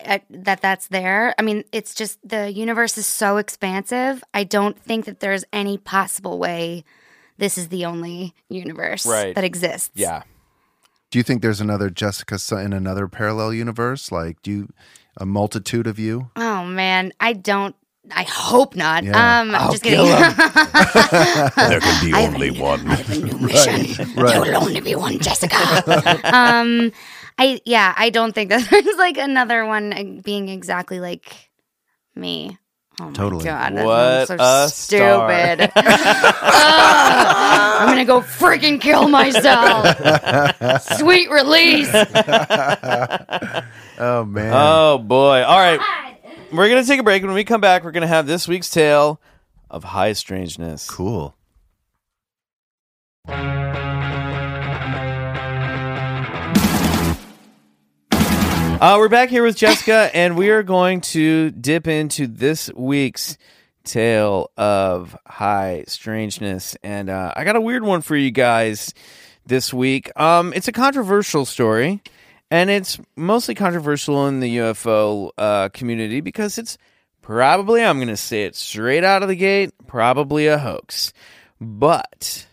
S5: a- that that's there. I mean, it's just the universe is so expansive. I don't think that there's any possible way this is the only universe
S2: Right.
S5: that exists.
S2: Yeah.
S3: Do you think there's another Jessica Sa- in another parallel universe? Like, do you a multitude of you?
S5: Oh man, I don't. I hope not.
S3: Yeah.
S5: Um, I'm just kidding.
S4: There can be only one.
S5: I have a new mission.
S3: right.
S5: There will only be one Jessica. um, I yeah, I don't think that there's like another one uh, being exactly like me. Oh my
S3: Totally.
S5: God,
S2: What
S5: that sounds
S2: a
S5: so
S2: star.
S5: stupid. Ugh, I'm gonna go freaking kill myself. Sweet release.
S3: Oh man,
S2: Oh, boy. All right. We're going to take a break. When we come back, we're going to have this week's tale of high strangeness.
S3: cool.
S2: Uh, we're back here with Jessica, and we are going to dip into this week's tale of high strangeness. And uh, I got a weird one for you guys this week. Um, it's a controversial story, and it's mostly controversial in the UFO uh, community because it's probably, I'm going to say it straight out of the gate, probably a hoax. But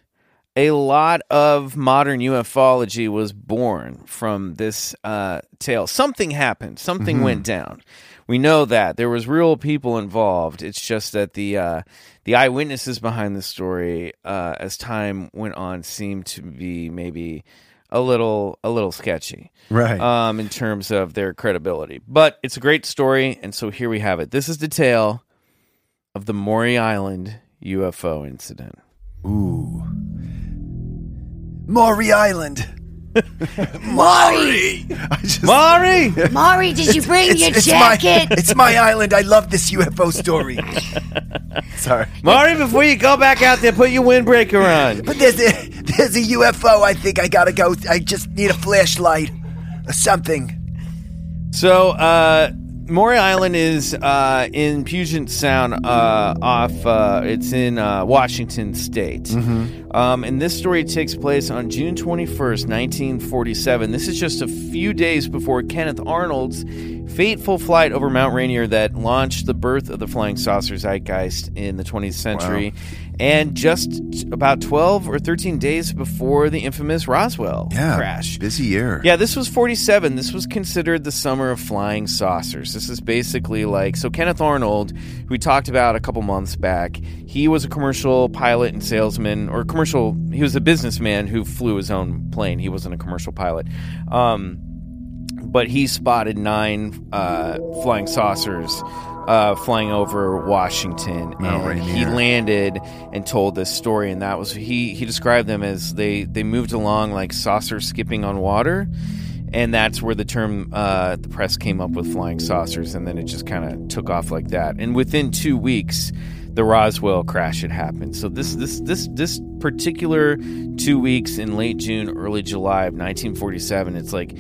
S2: a lot of modern ufology was born from this uh, tale. Something happened. Something went down. We know that there was real people involved. It's just that the uh, the eyewitnesses behind the story, uh, as time went on, seemed to be maybe a little a little sketchy
S3: Right.
S2: um, in terms of their credibility. But it's a great story, and so here we have it. This is the tale of the Maury Island UFO incident.
S3: Ooh. Maury Island. Maury. I just,
S2: Maury,
S5: Maury, did you bring your jacket?
S3: My, it's my island. I love this UFO story. Sorry.
S2: Maury, before you go back out there, put your windbreaker on.
S3: But there's a, there's a UFO. I think I gotta go. I just need a flashlight or something.
S2: So, uh, Maury Island is uh, in Puget Sound, uh, off. Uh, it's in uh, Washington State, um, and this story takes place on June twenty first, nineteen forty seven. This is just a few days before Kenneth Arnold's fateful flight over Mount Rainier that launched the birth of the flying saucer zeitgeist in the twentieth century. And just about 12 or 13 days before the infamous Roswell crash.
S3: Busy year.
S2: Yeah, this was 47. This was considered the summer of flying saucers. This is basically like so Kenneth Arnold, who we talked about a couple months back, he was a commercial pilot and salesman or commercial he was a businessman who flew his own plane. He wasn't a commercial pilot. Um but he spotted nine uh, flying saucers uh, flying over Washington, and he landed and told this story. And that was he. He described them as they they moved along like saucer skipping on water, and that's where the term uh, the press came up with flying saucers. And then it just kind of took off like that. And within two weeks. The Roswell crash had happened. So this this this this particular two weeks in late June, early July of 1947, it's like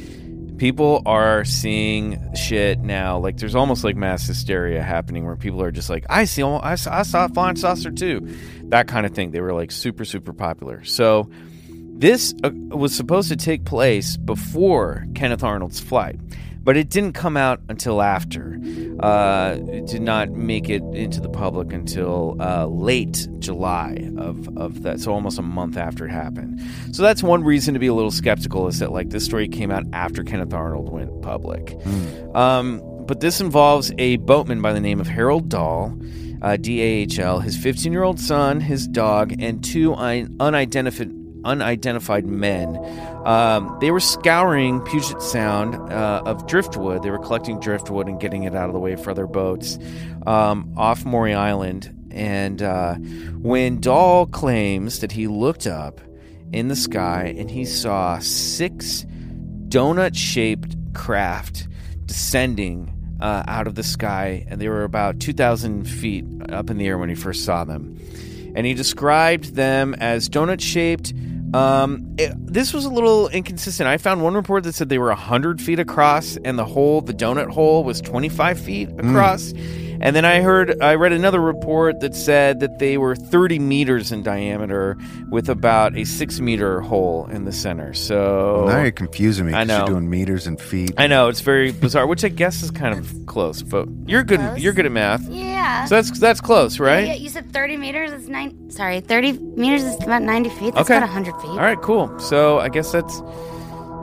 S2: people are seeing shit now like there's almost like mass hysteria happening where people are just like i see i saw, I saw a flying saucer too that kind of thing they were like super super popular so this uh, was supposed to take place before Kenneth Arnold's flight, but it didn't come out until after. Uh, it did not make it into the public until uh, late July of, of that, so almost a month after it happened. So that's one reason to be a little skeptical is that like this story came out after Kenneth Arnold went public. Um, but this involves a boatman by the name of Harold Dahl, uh, DAHL, his 15 year old son, his dog, and two un- unidentified, unidentified men. Um, they were scouring Puget Sound uh, of driftwood. They were collecting driftwood and getting it out of the way for other boats um, off Maury Island. And uh, when Dahl claims that he looked up in the sky and he saw six donut shaped craft descending uh, out of the sky, and they were about 2,000 feet up in the air when he first saw them. And he described them as donut shaped. Um, it- this was a little inconsistent. I found one report that said they were 100 feet across, and the hole, the donut hole, was 25 feet across. And then I heard, I read another report that said that they were 30 meters in diameter with about a six meter hole in the center. So
S3: Now you're confusing me
S2: Oh. I
S3: 'cause
S2: know.
S3: you're doing meters and feet.
S2: I know it's very bizarre, which I guess is kind of close. But you're good.
S5: Close.
S2: You're good at math.
S5: Yeah.
S2: So that's that's close,
S5: Yeah,
S2: right?
S5: you said 30 meters is nine. Sorry, 30 meters is about 90 feet. That's
S2: Okay.
S5: about 100 feet.
S2: All right, cool. So I guess that's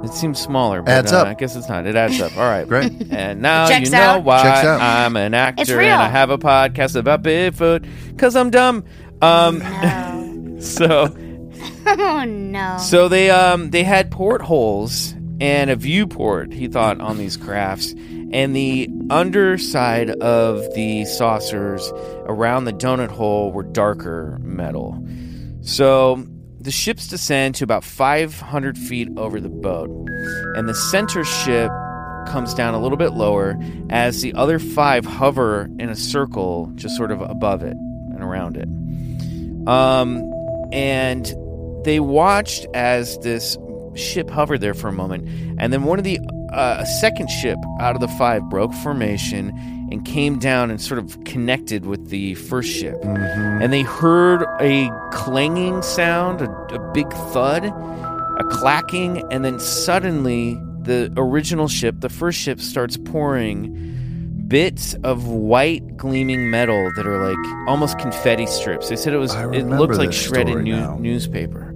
S2: it seems smaller. But,
S3: Adds
S2: uh,
S3: up.
S2: I guess it's not. It adds up. All right,
S3: Great.
S2: And now
S5: Checks
S2: you know
S5: out.
S2: why
S3: Checks out.
S2: I'm an actor
S5: real.
S2: and I have a podcast about Bigfoot because I'm dumb. Um,
S5: No.
S2: so.
S5: oh, no.
S2: So they um they had portholes and a viewport, he thought, on these crafts. And the underside of the saucers around the donut hole were darker metal. So the ships descend to about 500 feet over the boat, and the center ship comes down a little bit lower as the other five hover in a circle just sort of above it and around it. Um, and they watched as this ship hovered there for a moment, and then one of the uh, a second ship out of the five broke formation and came down and sort of connected with the first ship, and they heard a clanging sound, a, a big thud, a clacking, and then suddenly the original ship, the first ship, starts pouring bits of white gleaming metal that are like almost confetti strips. They said it was
S3: I
S2: it
S3: remember
S2: looked like
S3: this
S2: shredded
S3: story
S2: new,
S3: now.
S2: newspaper.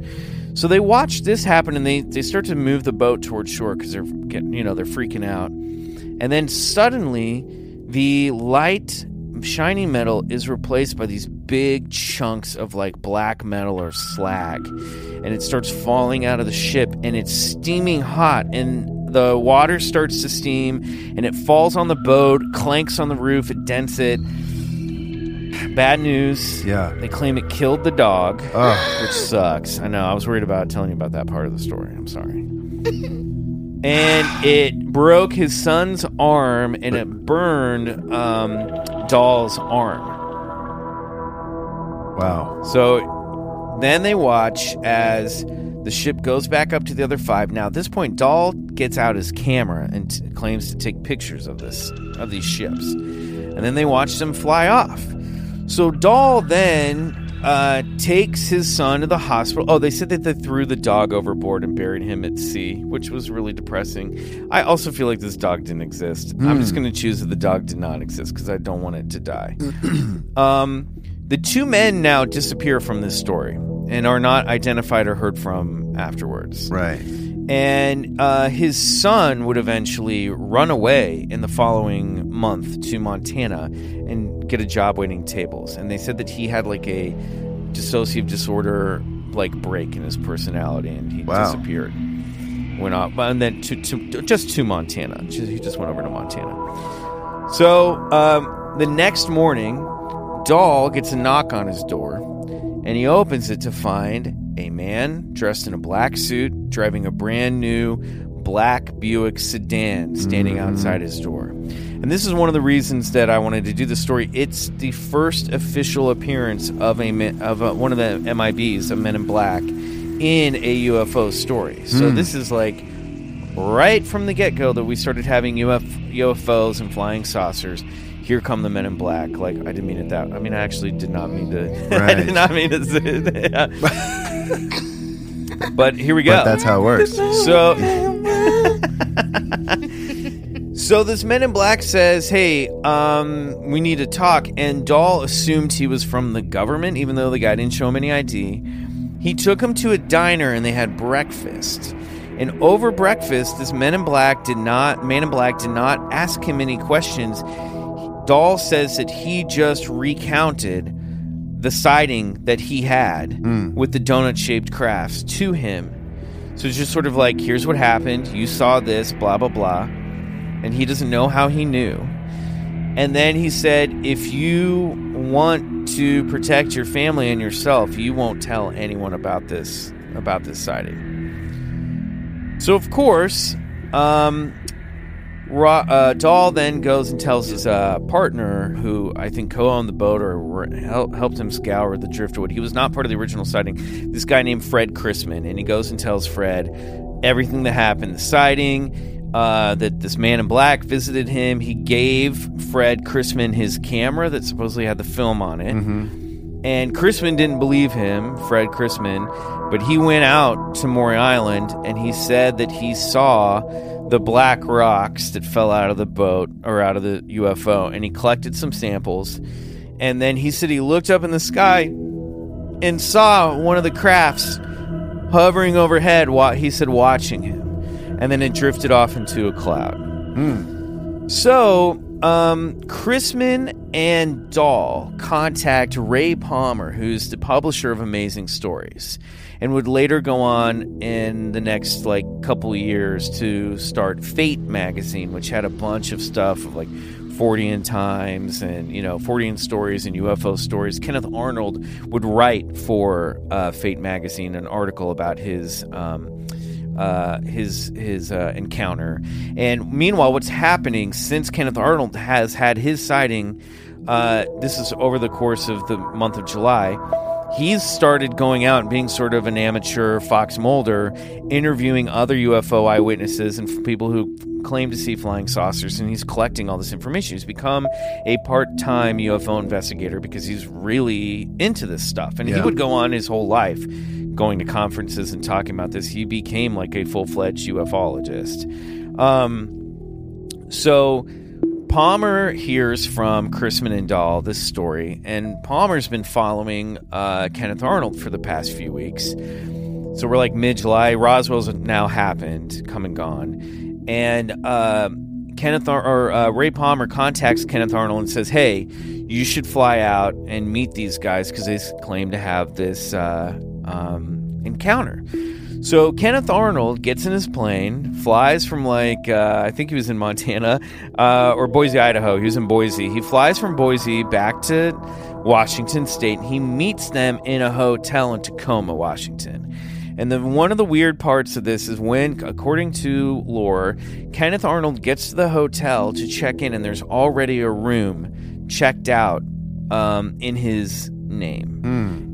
S2: So they watch this happen and they, they start to move the boat towards shore because they're getting, you know, they're freaking out. And then suddenly the light shiny metal is replaced by these big chunks of like black metal or slag. And it starts falling out of the ship and it's steaming hot and the water starts to steam and it falls on the boat, clanks on the roof, it dents it. Bad news.
S3: Yeah.
S2: They claim it killed the dog
S3: Oh,
S2: which sucks. I know. I was worried about telling you about that part of the story. I'm sorry. and it broke his son's arm, and it burned um, Doll's arm.
S3: wow.
S2: So then they watch as the ship goes back up to the other five. Now at this point, Doll gets out his camera and t- claims to take pictures of this of these ships, and then they watch them fly off. So Dahl then uh, takes his son to the hospital. Oh, they said that they threw the dog overboard and buried him at sea, which was really depressing. I also feel like this dog didn't exist. I'm just going to choose that the dog did not exist because I don't want it to die. um, the two men now disappear from this story and are not identified or heard from afterwards
S3: Right.
S2: and uh, his son would eventually run away in the following month to Montana and get a job waiting tables. And they said that he had like a dissociative disorder like break in his personality, and he
S3: Wow.
S2: disappeared. Went off, and then to, to just to Montana. Ju- He just went over to Montana. So um, the next morning, Dahl gets a knock on his door and he opens it to find a man dressed in a black suit driving a brand new black Buick sedan standing outside his door. And this is one of the reasons that I wanted to do this story. It's the first official appearance of a men- of a, one of the MIBs, a Men in Black, in a UFO story. So this is like right from the get go that we started having Uf- UFOs and flying saucers. Here come the men in black. Like I didn't mean it that. I mean I actually did not mean to. I
S3: Right.
S2: did not mean to. Say that. but here we go.
S3: But that's how it works.
S2: So, so this man in black says, "Hey, um, we need to talk." And Dahl assumed he was from the government, even though the guy didn't show him any ID. He took him to a diner and they had breakfast. And over breakfast, this man in black did not man in black did not ask him any questions. Dahl says that he just recounted the sighting that he had with the donut shaped crafts to him so it's just sort of like, here's what happened. You saw this, blah, blah, blah. And he doesn't know how he knew. And then he said, if you want to protect your family and yourself, you won't tell anyone about this, about this sighting. So, of course, um, Ra- uh, Dahl then goes and tells his uh, partner, who I think co-owned the boat or were- hel- helped him scour the driftwood. He was not part of the original sighting. This guy named Fred Chrisman, and he goes and tells Fred everything that happened, the sighting, uh, that this man in black visited him. He gave Fred Chrisman his camera that supposedly had the film on it. And Chrisman didn't believe him, Fred Chrisman, but he went out to Maury Island and he said that he saw the black rocks that fell out of the boat or out of the UFO and he collected some samples. And then he said he looked up in the sky and saw one of the crafts hovering overhead while he said watching him. And then it drifted off into a cloud. So, um, Chrisman and Dahl contact Ray Palmer, who's the publisher of Amazing Stories, and would later go on in the next like couple years to start Fate magazine, which had a bunch of stuff of like 40 times and you know 40 stories and UFO stories. Kenneth Arnold would write for uh, Fate magazine an article about his. Um, uh, his his uh, encounter. And meanwhile, what's happening since Kenneth Arnold has had his sighting? Uh, this is over the course of the month of July. He's started going out and being sort of an amateur Fox Mulder, interviewing other UFO eyewitnesses and f- people who claim to see flying saucers, and he's collecting all this information. He's become a part-time UFO investigator because he's really into this stuff, and he
S3: Yeah.
S2: would go on his whole life going to conferences and talking about this. He became like a full fledged ufologist. Um, so Palmer hears from Chrisman and Dahl this story, and Palmer's been following uh, Kenneth Arnold for the past few weeks. So we're like mid July. Roswell's now happened, come and gone. And uh, Kenneth Ar- or uh, Ray Palmer contacts Kenneth Arnold and says, Hey, you should fly out and meet these guys because they s- claim to have this uh, um, encounter. So Kenneth Arnold gets in his plane, flies from like uh, I think he was in Montana uh, or Boise, Idaho. He was in Boise. He flies from Boise back to Washington State, and he meets them in a hotel in Tacoma, Washington. And then one of the weird parts of this is when, according to lore, Kenneth Arnold gets to the hotel to check in, and there's already a room checked out um, in his name.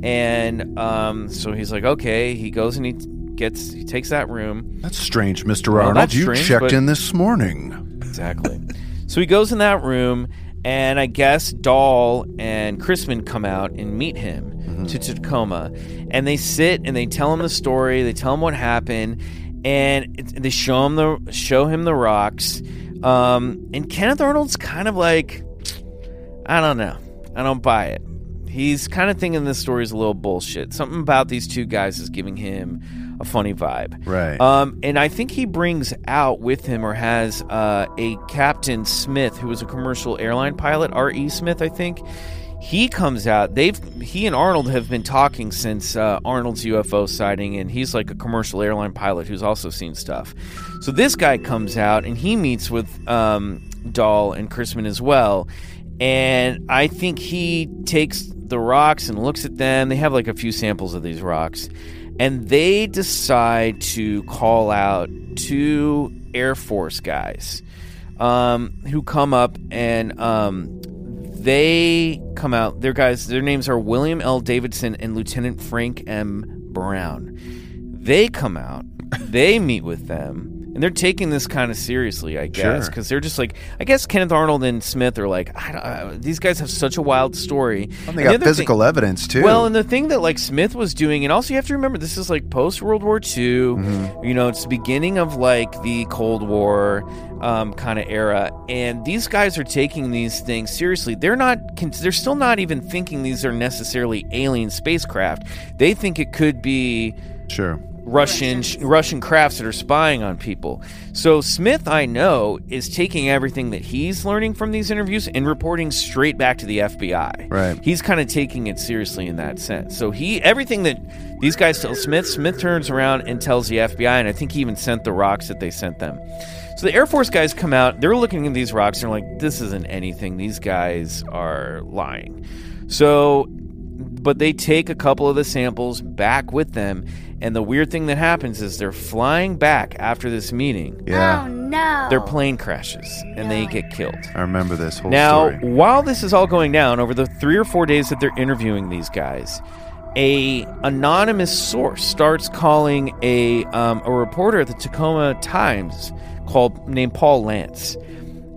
S2: And um, so he's like, okay. He goes and he gets, he takes that room.
S3: That's strange, Mr.
S2: Well,
S3: Arnold.
S2: that's
S3: you
S2: strange,
S3: checked
S2: but-
S3: in this morning.
S2: Exactly. so he goes in that room, and I guess Dahl and Chrisman come out and meet him to Tacoma. And they sit and they tell him the story, they tell him what happened, and it- they show him the show him the rocks. Um, and Kenneth Arnold's kind of like, I don't know. I don't buy it. He's kind of thinking this story's a little bullshit. Something about these two guys is giving him a funny vibe.
S3: Right.
S2: Um, and I think he brings out with him or has uh, a Captain Smith, who was a commercial airline pilot, R.E. Smith, I think. He comes out. They've he and Arnold have been talking since uh, Arnold's UFO sighting, and he's like a commercial airline pilot who's also seen stuff. So this guy comes out and he meets with um, Dahl and Chrisman as well, and I think he takes the rocks and looks at them. They have like a few samples of these rocks, and they decide to call out two Air Force guys um, who come up and um, they come out. Their guys, their names are William L. Davidson and Lieutenant Frank M. Brown. They come out, they meet with them. And they're taking this kind of seriously, I guess, because they're just like, I guess Kenneth Arnold and Smith are like, I don't, I, these guys have such a wild story.
S3: They
S2: And the
S3: got
S2: other
S3: physical
S2: thing-
S3: evidence too.
S2: well, and the thing that like Smith was doing, and also you have to remember this is like post World War II.
S3: Mm-hmm.
S2: You know, it's the beginning of like the Cold War um, kind of era, and these guys are taking these things seriously. They're not. Con- they're still not even thinking these are necessarily alien spacecraft. They think it could be
S3: sure.
S2: Russian Russian crafts that are spying on people. So Smith, I know, is taking everything that he's learning from these interviews and reporting straight back to the FBI.
S3: Right.
S2: He's kind of taking it seriously in that sense. So he everything that these guys tell Smith, Smith turns around and tells the FBI, and I think he even sent the rocks that they sent them. So the Air Force guys come out, they're looking at these rocks, and they're like, this isn't anything. These guys are lying. So but they take a couple of the samples back with them and the weird thing that happens is they're flying back after this meeting
S3: Yeah.
S5: Oh no.
S2: their plane crashes and they get killed
S3: I remember this whole
S2: now
S3: story.
S2: while this is all going down over the three or four days that they're interviewing these guys a anonymous source starts calling a, um, a reporter at the tacoma times called named paul lance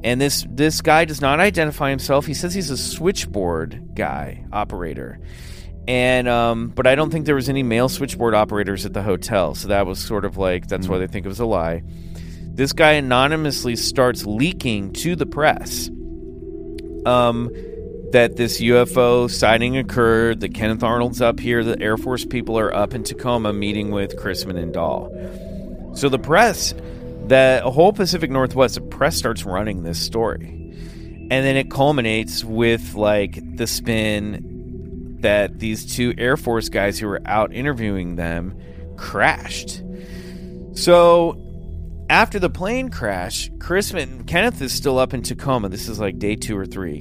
S2: and this this guy does not identify himself. He says he's a switchboard guy operator, and um, but I don't think there was any male switchboard operators at the hotel, so that was sort of like
S3: Hmm.
S2: that's why they think it was a lie. This guy anonymously starts leaking to the press um, that this UFO sighting occurred, that Kenneth Arnold's up here, the Air Force people are up in Tacoma meeting with Chrisman and Dahl. So the press, the whole Pacific Northwest, the press starts running this story. And then it culminates with like the spin that these two Air Force guys who were out interviewing them crashed. So after the plane crash, Chrisman Kenneth is still up in Tacoma. This is like day two or three.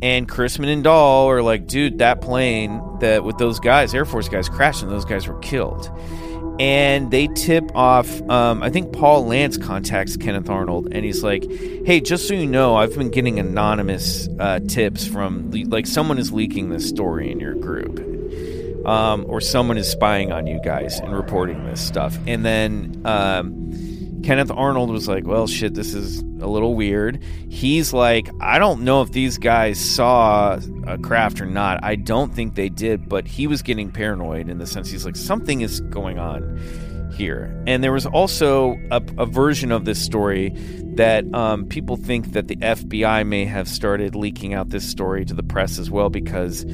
S2: And Chrisman and Dahl are like, dude, that plane that with those guys, Air Force guys crashed and those guys were killed. And they tip off, um, I think Paul Lance contacts Kenneth Arnold and he's like, hey, just so you know, I've been getting anonymous uh, tips from, le- like, someone is leaking this story in your group um, or someone is spying on you guys and reporting this stuff. And then um, Kenneth Arnold was like, "Well, shit, this is a little weird." He's like, "I don't know if these guys saw a craft or not. I don't think they did, but he was getting paranoid in the sense he's like, something is going on." here. And there was also a, a version of this story that um, people think that the FBI may have started leaking out this story to the press as well because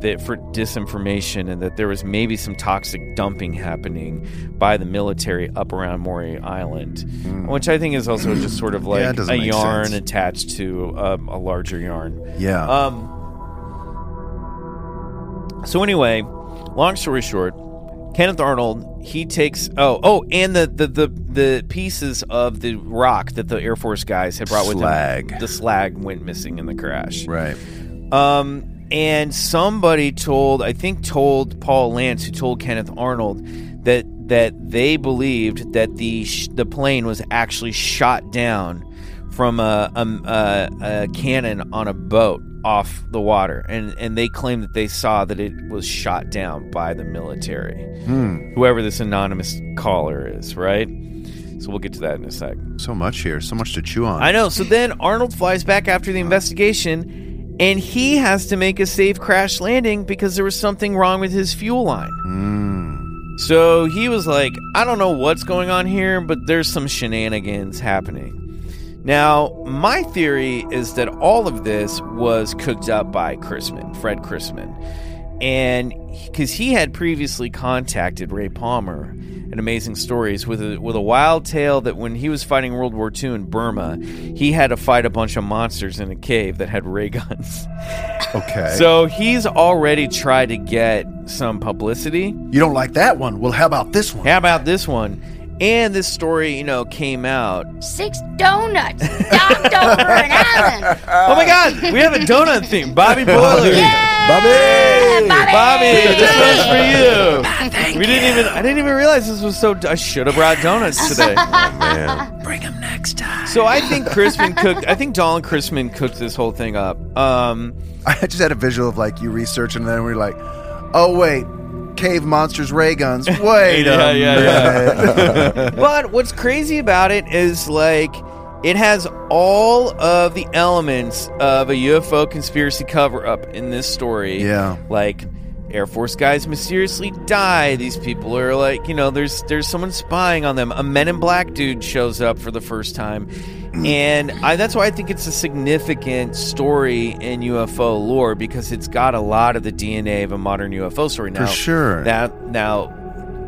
S2: that for disinformation and that there was maybe some toxic dumping happening by the military up around Maury Island, which I think is also just sort of
S3: Hmm. Yeah, it
S2: like
S3: doesn't
S2: a
S3: make
S2: yarn
S3: sense.
S2: attached to um, a larger yarn.
S3: Yeah.
S2: Um. So anyway, long story short, Kenneth Arnold he takes oh oh and the the the, the pieces of the rock that the Air Force guys had brought with
S3: Slag.
S2: them the slag went missing in the crash.
S3: right.
S2: Um, and somebody told, I think, told Paul Lance, who told Kenneth Arnold that that they believed that the sh- the plane was actually shot down from a, um, a, a cannon on a boat off the water, and and they claimed that they saw that it was shot down by the military, whoever this anonymous caller is, right? So we'll get to that in a sec.
S3: So much here. So much to chew on.
S2: I know. So then Arnold flies back after the investigation, and he has to make a safe crash landing because there was something wrong with his fuel line. So he was like, I don't know what's going on here, but there's some shenanigans happening. Now, my theory is that all of this was cooked up by Chrisman, Fred Chrisman. And because he had previously contacted Ray Palmer and Amazing Stories with a, with a wild tale that when he was fighting World War II in Burma, he had to fight a bunch of monsters in a cave that had ray guns.
S3: Okay.
S2: So he's already tried to get some publicity.
S3: you don't like that one? Well, how about this one?
S2: How about this one? And this story, you know, came out.
S5: Six donuts knocked over an island.
S2: oh my God, we have a donut theme. Bobby Boiler.
S4: Bobby!
S5: Bobby!
S2: Bobby, this one's for you. we didn't even. I didn't even realize this was so. I should have brought donuts today.
S4: Man.
S2: so I think Crispin cooked. I think Dolan Crispin cooked this whole thing up. Um,
S3: I just had a visual of like you researching, and then we're like, oh wait, cave monsters, ray guns. Wait
S2: Yeah,
S3: a
S2: yeah,
S3: minute.
S2: but what's crazy about it is like it has all of the elements of a UFO conspiracy cover up in this story.
S3: Yeah.
S2: Like Air Force guys mysteriously die. These people are like, you know, there's there's someone spying on them. A men in black dude shows up for the first time. And I, that's why I think it's a significant story in UFO lore because it's got a lot of the DNA of a modern UFO story. Now,
S3: sure.
S2: That now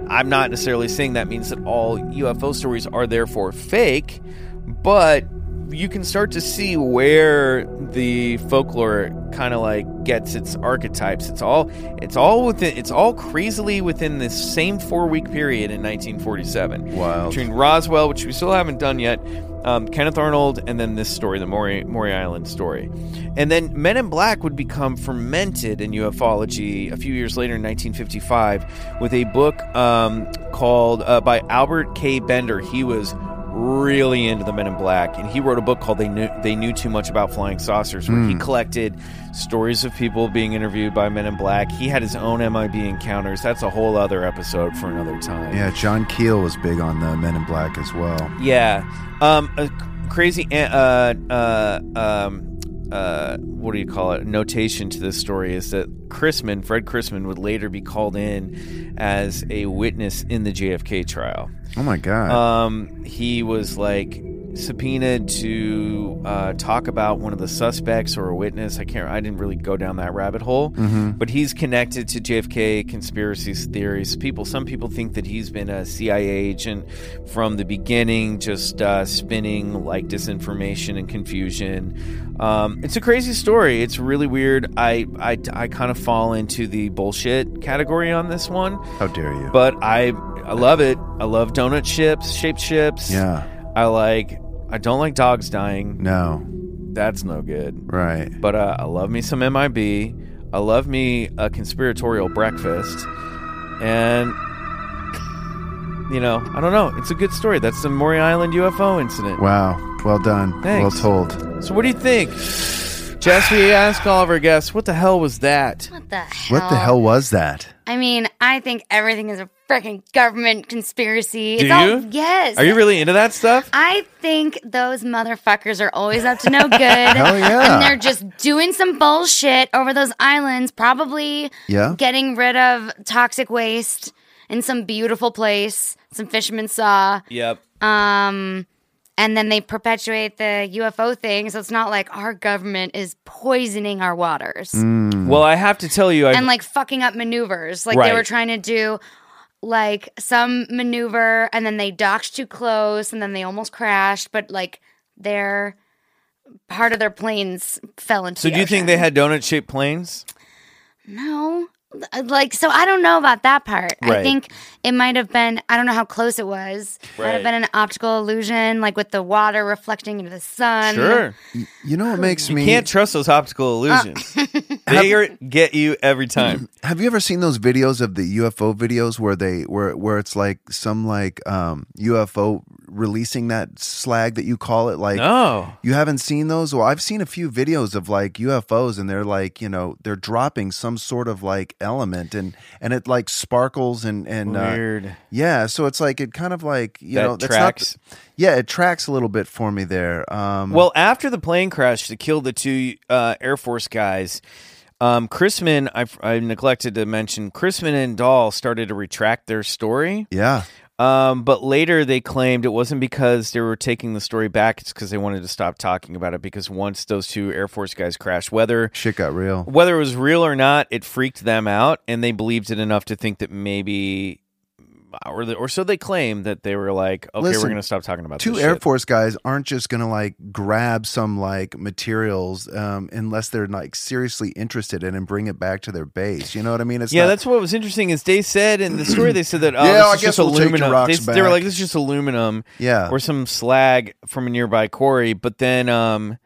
S2: I'm not necessarily saying that means that all UFO stories are therefore fake, but you can start to see where the folklore kind of like gets its archetypes. It's all it's all within it's all crazily within this same four week period in 1947.
S3: Wild.
S2: between Roswell, which we still haven't done yet, um, Kenneth Arnold, and then this story, the Maury, Maury Island story, and then Men in Black would become fermented in ufology a few years later in 1955 with a book um, called uh, by Albert K. Bender. He was really into the Men in Black, and he wrote a book called "They Knew They Knew Too Much About Flying Saucers," where he collected stories of people being interviewed by Men in Black. He had his own MIB encounters. That's a whole other episode for another time.
S3: Yeah, John Keel was big on the Men in Black as well.
S2: Yeah. Um, a c- crazy. a- Uh, uh, um, uh, what do you call it? Notation to this story is that Chrisman, Fred Chrisman, would later be called in as a witness in the JFK trial.
S3: Oh my god.
S2: Um, he was like subpoenaed to uh, talk about one of the suspects or a witness. I can't. I didn't really go down that rabbit hole. But he's connected to JFK conspiracies theories. People. Some people think that he's been a CIA agent from the beginning, just uh, spinning like disinformation and confusion. Um, it's a crazy story. It's really weird. I I, I kind of fall into the bullshit category on this one
S3: how dare you?
S2: but I I love it. I love donut chips, shaped chips.
S3: yeah.
S2: I like. I don't like dogs dying.
S3: No.
S2: That's no good.
S3: Right.
S2: But uh, I love me some MIB. I love me a conspiratorial breakfast, and you know I don't know. It's a good story. That's the Maury Island UFO incident.
S3: Wow. Well done.
S2: Thanks.
S3: Well told.
S2: So what do you think? Jess, we ask all of our guests, what the hell was that?
S5: What the hell?
S3: What the hell was that?
S5: I mean, I think everything is a freaking government conspiracy.
S2: Do
S5: it's all,
S2: you?
S5: yes.
S2: Are you really into that stuff?
S5: I think those motherfuckers are always up to no good.
S3: Hell yeah.
S5: And they're just doing some bullshit over those islands, probably
S3: Yeah.
S5: getting rid of toxic waste in some beautiful place, some fishermen saw.
S2: Yep.
S5: Um, and then they perpetuate the UFO thing. So it's not like our government is poisoning our waters
S2: Well, I have to tell you, I
S5: and like fucking up maneuvers. Like
S2: Right.
S5: they were trying to do like some maneuver and then they docked too close and then they almost crashed, but like their part of their planes fell into
S2: so.
S5: the
S2: Do you think they
S5: ocean.
S2: had donut shaped planes?
S5: No. Like so I don't know about that part.
S2: Right.
S5: I think it might have been I don't know how close it was. Might
S2: Right.
S5: have been an optical illusion, like with the water reflecting into the sun.
S2: Sure.
S3: You know what makes
S2: You
S3: me
S2: can't trust those optical illusions. they are- get you every time.
S3: Have you ever seen those videos of the UFO videos where they where where it's like some like um UFO releasing that slag that you call it like
S2: No.
S3: You haven't seen those? Well, I've seen a few videos of like UFOs and they're like, you know, they're dropping some sort of like element and and it like sparkles and and uh,
S2: Weird.
S3: yeah, so it's like it kind of like, you
S2: That
S3: know, that's
S2: tracks.
S3: not Yeah, it tracks a little bit for me there. Um
S2: Well, after the plane crash to kill the two uh, Air Force guys, um, Chrisman, I, I neglected to mention, Chrisman and Dahl started to retract their story.
S3: yeah.
S2: Um, but later they claimed it wasn't because they were taking the story back. It's because they wanted to stop talking about it because once those two Air Force guys crashed, whether
S3: Shit got real.
S2: whether it was real or not, it freaked them out, and they believed it enough to think that maybe, or the, or so they claimed that they were like, okay, we're
S3: Listen,
S2: going to stop talking about
S3: two
S2: this
S3: Air
S2: shit.
S3: Force guys aren't just gonna like grab some like materials um, unless they're like seriously interested in and bring it back to their base. You know what I mean? It's
S2: yeah,
S3: not-
S2: that's what was interesting is they said in the story they said that oh,
S3: Yeah,
S2: this
S3: I
S2: is just
S3: guess we'll take your
S2: aluminum.
S3: rocks
S2: they, they were
S3: back.
S2: like this is just aluminum
S3: yeah.
S2: or some slag from a nearby quarry, but then um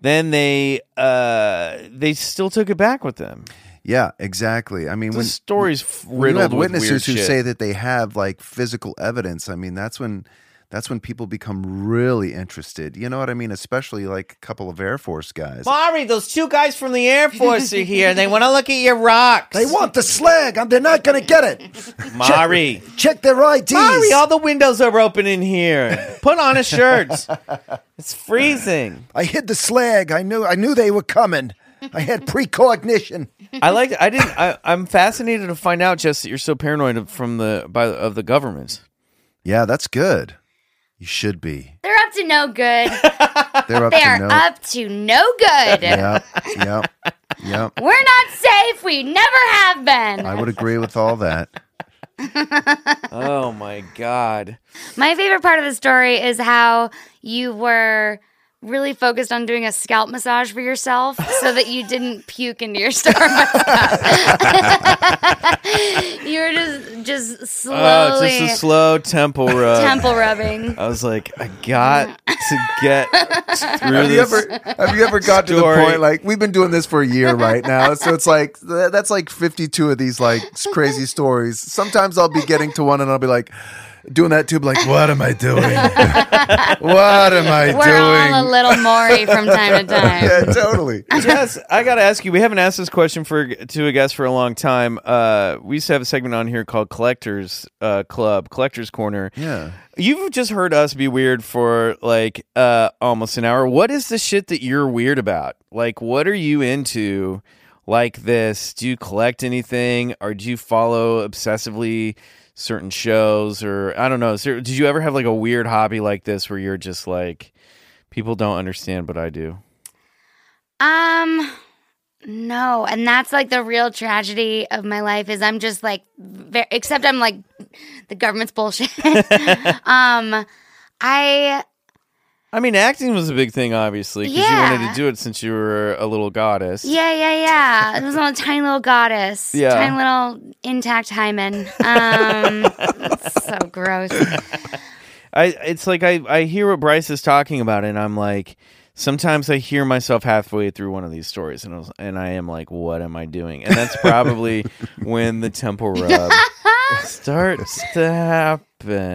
S2: then they uh they still took it back with them.
S3: yeah, exactly. I mean,
S2: The
S3: when
S2: story's
S3: when
S2: riddled
S3: you have
S2: with weird
S3: witnesses who
S2: shit.
S3: say that they have like physical evidence, I mean, that's when that's when people become really interested. You know what I mean? Especially like a couple of Air Force guys.
S2: Mari, those two guys from the Air Force are here. They want to look at your rocks.
S3: want the slag, and they're not gonna get it.
S2: Mari.
S3: Check their IDs.
S2: Mari, all the windows are open in here. Put on a shirt. it's freezing.
S3: I hid the slag. I knew I knew they were coming. I had precognition.
S2: I like I didn't I, I'm fascinated to find out, Jess, that you're so paranoid of- from the by of the government.
S3: Yeah, that's good. You should be.
S5: They're up to no good.
S3: They're up
S5: They're
S3: to no.
S5: up to no good.
S3: Yep, yep, yep.
S5: We're not safe. We never have been.
S3: I would agree with all that.
S2: Oh my god.
S5: My favorite part of the story is how you were really focused on doing a scalp massage for yourself so that you didn't puke into your Starbucks. you were just just
S2: Oh, it's
S5: slowly
S2: just a slow tempo rub.
S5: temple rubbing.
S2: I was like, I got to get through
S3: Have you
S2: this.
S3: ever have you ever got to the
S2: Story.
S3: point like we've been doing this for a year right now? So it's like th- that's like fifty two of these like s- crazy stories. Sometimes I'll be getting to one and I'll be like doing that too, like what am I doing? what am I
S5: We're
S3: doing?
S5: all a little Maury from time to time.
S3: yeah, totally.
S2: Jess, I gotta ask you. We haven't asked this question for to a guest for a long time. Uh, we used to have a segment on here called Collectors uh, Club, Collectors Corner.
S3: Yeah.
S2: You've just heard us be weird for like uh, almost an hour. What is the shit that you're weird about? Like, what are you into? Like this? Do you collect anything, or do you follow obsessively certain shows? Or I don't know. Is there, did you ever have like a weird hobby like this where you're just like, people don't understand, but I do.
S5: Um no, and that's like the real tragedy of my life is I'm just like ve- except I'm like the government's bullshit. um I
S2: I mean, acting was a big thing, obviously, because you wanted
S5: Yeah.
S2: to do it since you were a little goddess.
S5: yeah, yeah, yeah. It was a little tiny little goddess.
S2: Yeah.
S5: Tiny little intact hymen. Um it's so gross.
S2: I, it's like I, I hear what Bryce is talking about, and I'm like, sometimes I hear myself halfway through one of these stories, and I was, and I am like, what am I doing? And that's probably when the temple rub starts to happen.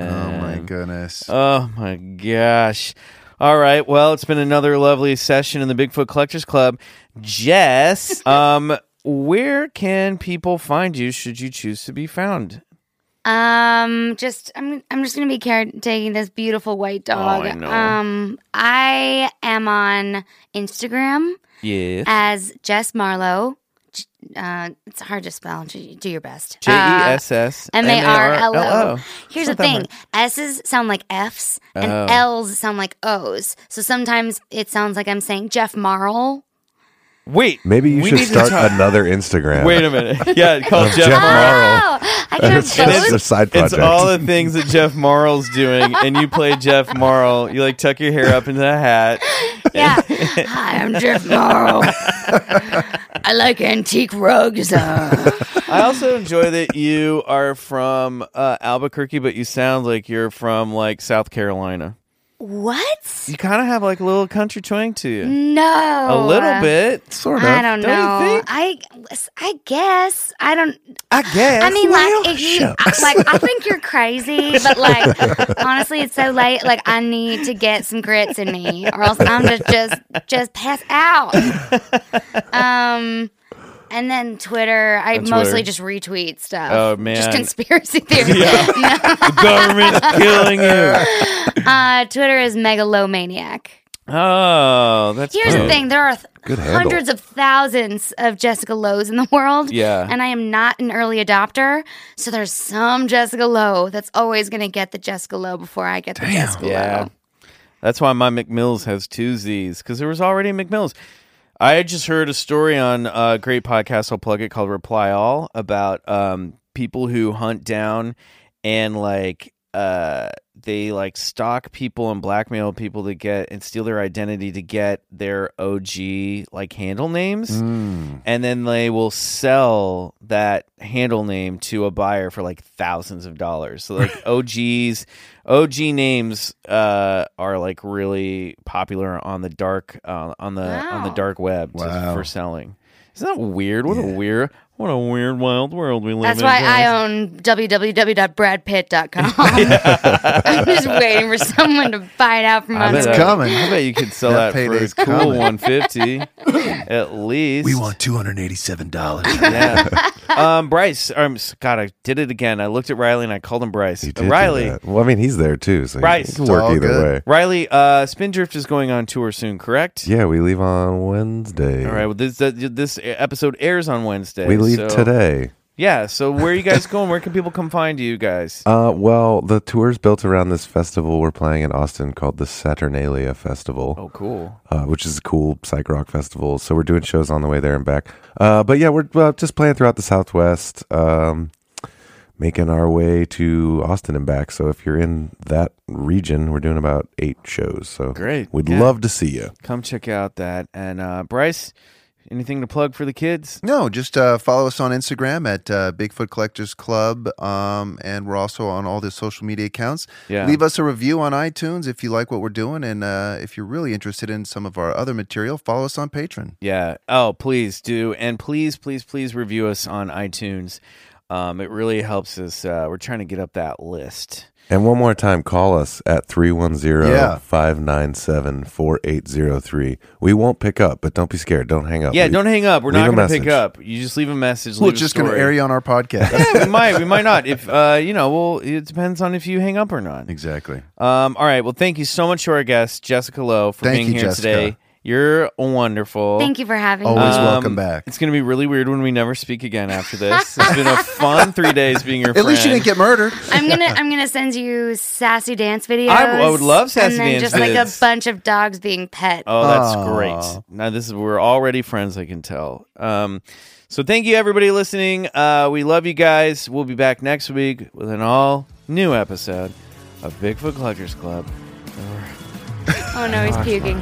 S3: Oh my goodness.
S2: Oh my gosh. All right. Well, it's been another lovely session in the Bigfoot Collectors Club. Jess, um, where can people find you should you choose to be found?
S5: Um, just I'm I'm just gonna be caretaking this beautiful white dog.
S2: Oh, I know.
S5: Um, I am on Instagram
S2: Yeah.
S5: Uh, as Jess Marlowe, uh, it's hard to spell. J- Do your best.
S2: J E S S
S5: M A R L O. Here's the
S2: It's not that
S5: thing S's sound like F's and
S2: Oh.
S5: L's sound like O's. So sometimes it sounds like I'm saying Jeff Marl.
S2: Wait,
S4: Maybe you
S2: we
S4: should
S2: need to
S4: start
S2: talk-
S4: another Instagram.
S2: Wait a minute. Yeah, call Jeff,
S4: Jeff
S2: Morrow.
S5: Oh, I can have
S4: It's just
S5: both.
S4: a side
S2: It's
S4: project.
S2: all the things that Jeff Morrow's doing, and you play Jeff Morrow. You like tuck your hair up into a hat.
S5: Yeah. Hi, I'm Jeff Marl. I like antique rugs. uh.
S2: I also enjoy that you are from uh, Albuquerque, but you sound like you're from like South Carolina.
S5: what?
S2: You kind of have like a little country twang to you,
S5: No. uh,
S2: a little bit, sort of.
S5: I don't know.
S2: Don't you think?
S5: I I guess I don't.
S2: I guess.
S5: I mean,
S4: Well,
S5: like if you I,
S4: shucks.
S5: like, I think you're crazy, but like honestly, it's so late. Like I need to get some grits in me, or else I'm just just just pass out. Um. And then Twitter, I
S2: And
S5: mostly
S2: Twitter.
S5: just retweet stuff.
S2: Oh, man.
S5: just conspiracy theories.
S2: the government's killing you.
S5: uh, Twitter is megalomaniac.
S2: Oh, that's
S5: Here's the
S2: cool.
S5: thing: there are th-
S4: Good handle.
S5: hundreds of thousands of Jessica Lowe's in the world.
S2: Yeah.
S5: and I am not an early adopter, so there's some Jessica Lowe that's always going to get the Jessica Lowe before I get the Jessica
S2: Yeah.
S5: Lowe.
S2: That's why my McMills has two Z's because there was already a McMills. I had just heard a story on a great podcast, I'll plug it, called Reply All about um, people who hunt down and like uh, they like stalk people and blackmail people to get and steal their identity to get their OG like handle names.
S3: Mm.
S2: And then they will sell that handle name to a buyer for like thousands of dollars. So like OGs, OG names uh, are like really popular on the dark uh, on the on the
S5: Wow.
S2: dark web to-
S3: Wow.
S2: for selling. Isn't that weird? What a weird, what a weird wild world we live
S5: That's
S2: in.
S5: why
S2: guys.
S5: I own www.bradpitt.com. I'm just waiting for someone to buy it out from
S2: I bet
S5: under
S3: It's
S5: me.
S2: that-
S3: coming.
S2: I bet you could sell that,
S3: That
S2: for a
S3: payday's
S2: cool
S3: coming.
S2: 150 at least.
S3: We want two hundred eighty-seven dollars.
S2: Yeah. um, Bryce. Um, s- God, I did it again. I looked at Riley and I called him Bryce.
S4: You
S2: Uh,
S4: did do
S2: Riley.
S4: that. Well, I mean, he's there too, so
S2: Right.
S4: it can work
S3: all
S4: either
S3: good.
S4: way.
S2: Riley, uh, Spindrift is going on tour soon, correct?
S4: Yeah, we leave on Wednesday.
S2: All right. Well, this uh, this episode airs on Wednesday.
S4: we leave
S2: so-
S4: today.
S2: Yeah. So where are you guys going? Where can people come find you guys?
S4: Uh, well, the tour's built around this festival we're playing in Austin called the Saturnalia Festival.
S2: Oh, cool.
S4: uh, which is a cool psych rock festival. So we're doing shows on the way there and back. Uh, but yeah, we're uh, just playing throughout the Southwest, um, making our way to Austin and back. So if you're in that region, we're doing about eight shows. So
S2: Great.
S4: We'd
S2: Yeah.
S4: love to see you.
S2: Come check out that. And uh, Bryce, anything to plug for the kids?
S3: No, just uh, follow us on Instagram at uh, Bigfoot Collectors Club, um, and we're also on all the social media accounts.
S2: Yeah.
S3: Leave us a review on iTunes if you like what we're doing, and uh, if you're really interested in some of our other material, follow us on Patreon.
S2: Yeah. Oh, please do, and please, please, please review us on iTunes. Um, it really helps us. Uh, we're trying to get up that list.
S4: And one more time, call us at 310
S3: Yeah.
S4: 597 4803. We won't pick up, but don't be scared. Don't hang up.
S2: Yeah,
S4: We-
S2: don't hang up. We're
S4: leave
S2: not
S4: a
S2: going to pick
S4: message.
S2: up. You just leave a message.
S3: We're
S2: leave a
S3: just going to
S2: story.
S3: air you on our podcast.
S2: we might we might not if uh you know well it depends on if you hang up or not
S3: exactly.
S2: um all right well thank you so much to our guest jessica lowe for
S3: Thank
S2: being
S3: you,
S2: here
S3: Jessica.
S2: today you're wonderful
S5: Thank you for having me.
S3: Always
S2: Um,
S3: welcome back.
S2: it's gonna be really weird when we never speak again after this it's been a fun three days being your
S3: At least you didn't get murdered.
S5: I'm gonna I'm gonna send you sassy dance videos.
S2: I would love sassy
S5: and then
S2: dance
S5: just like
S2: vids.
S5: a bunch of dogs being pet.
S2: Oh, that's
S3: Aw.
S2: great. Now this is we're already friends, I can tell. Um, so thank you everybody listening. Uh, we love you guys. We'll be back next week with an all new episode of Bigfoot Collectors Club.
S5: Oh no, he's puking.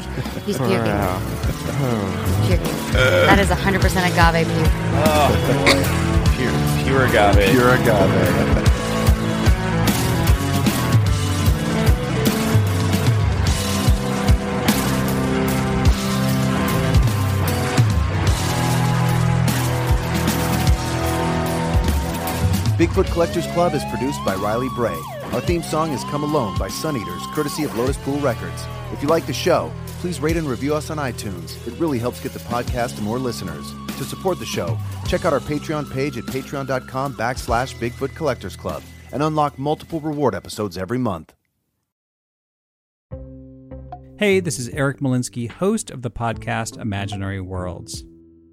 S5: He's puking. puking. That is 100% agave puke.
S2: Pure, pure agave.
S3: You're a god.
S6: Bigfoot Collectors Club is produced by Riley Bray. Our theme song is Come Alone by Sun Eaters, courtesy of Lotus Pool Records. If you like the show, please rate and review us on iTunes. It really helps get the podcast to more listeners. To support the show, check out our Patreon page at patreon.com backslash Bigfoot Collectors Club and unlock multiple reward episodes every month.
S7: Hey, this is Eric Malinsky, host of the podcast Imaginary Worlds.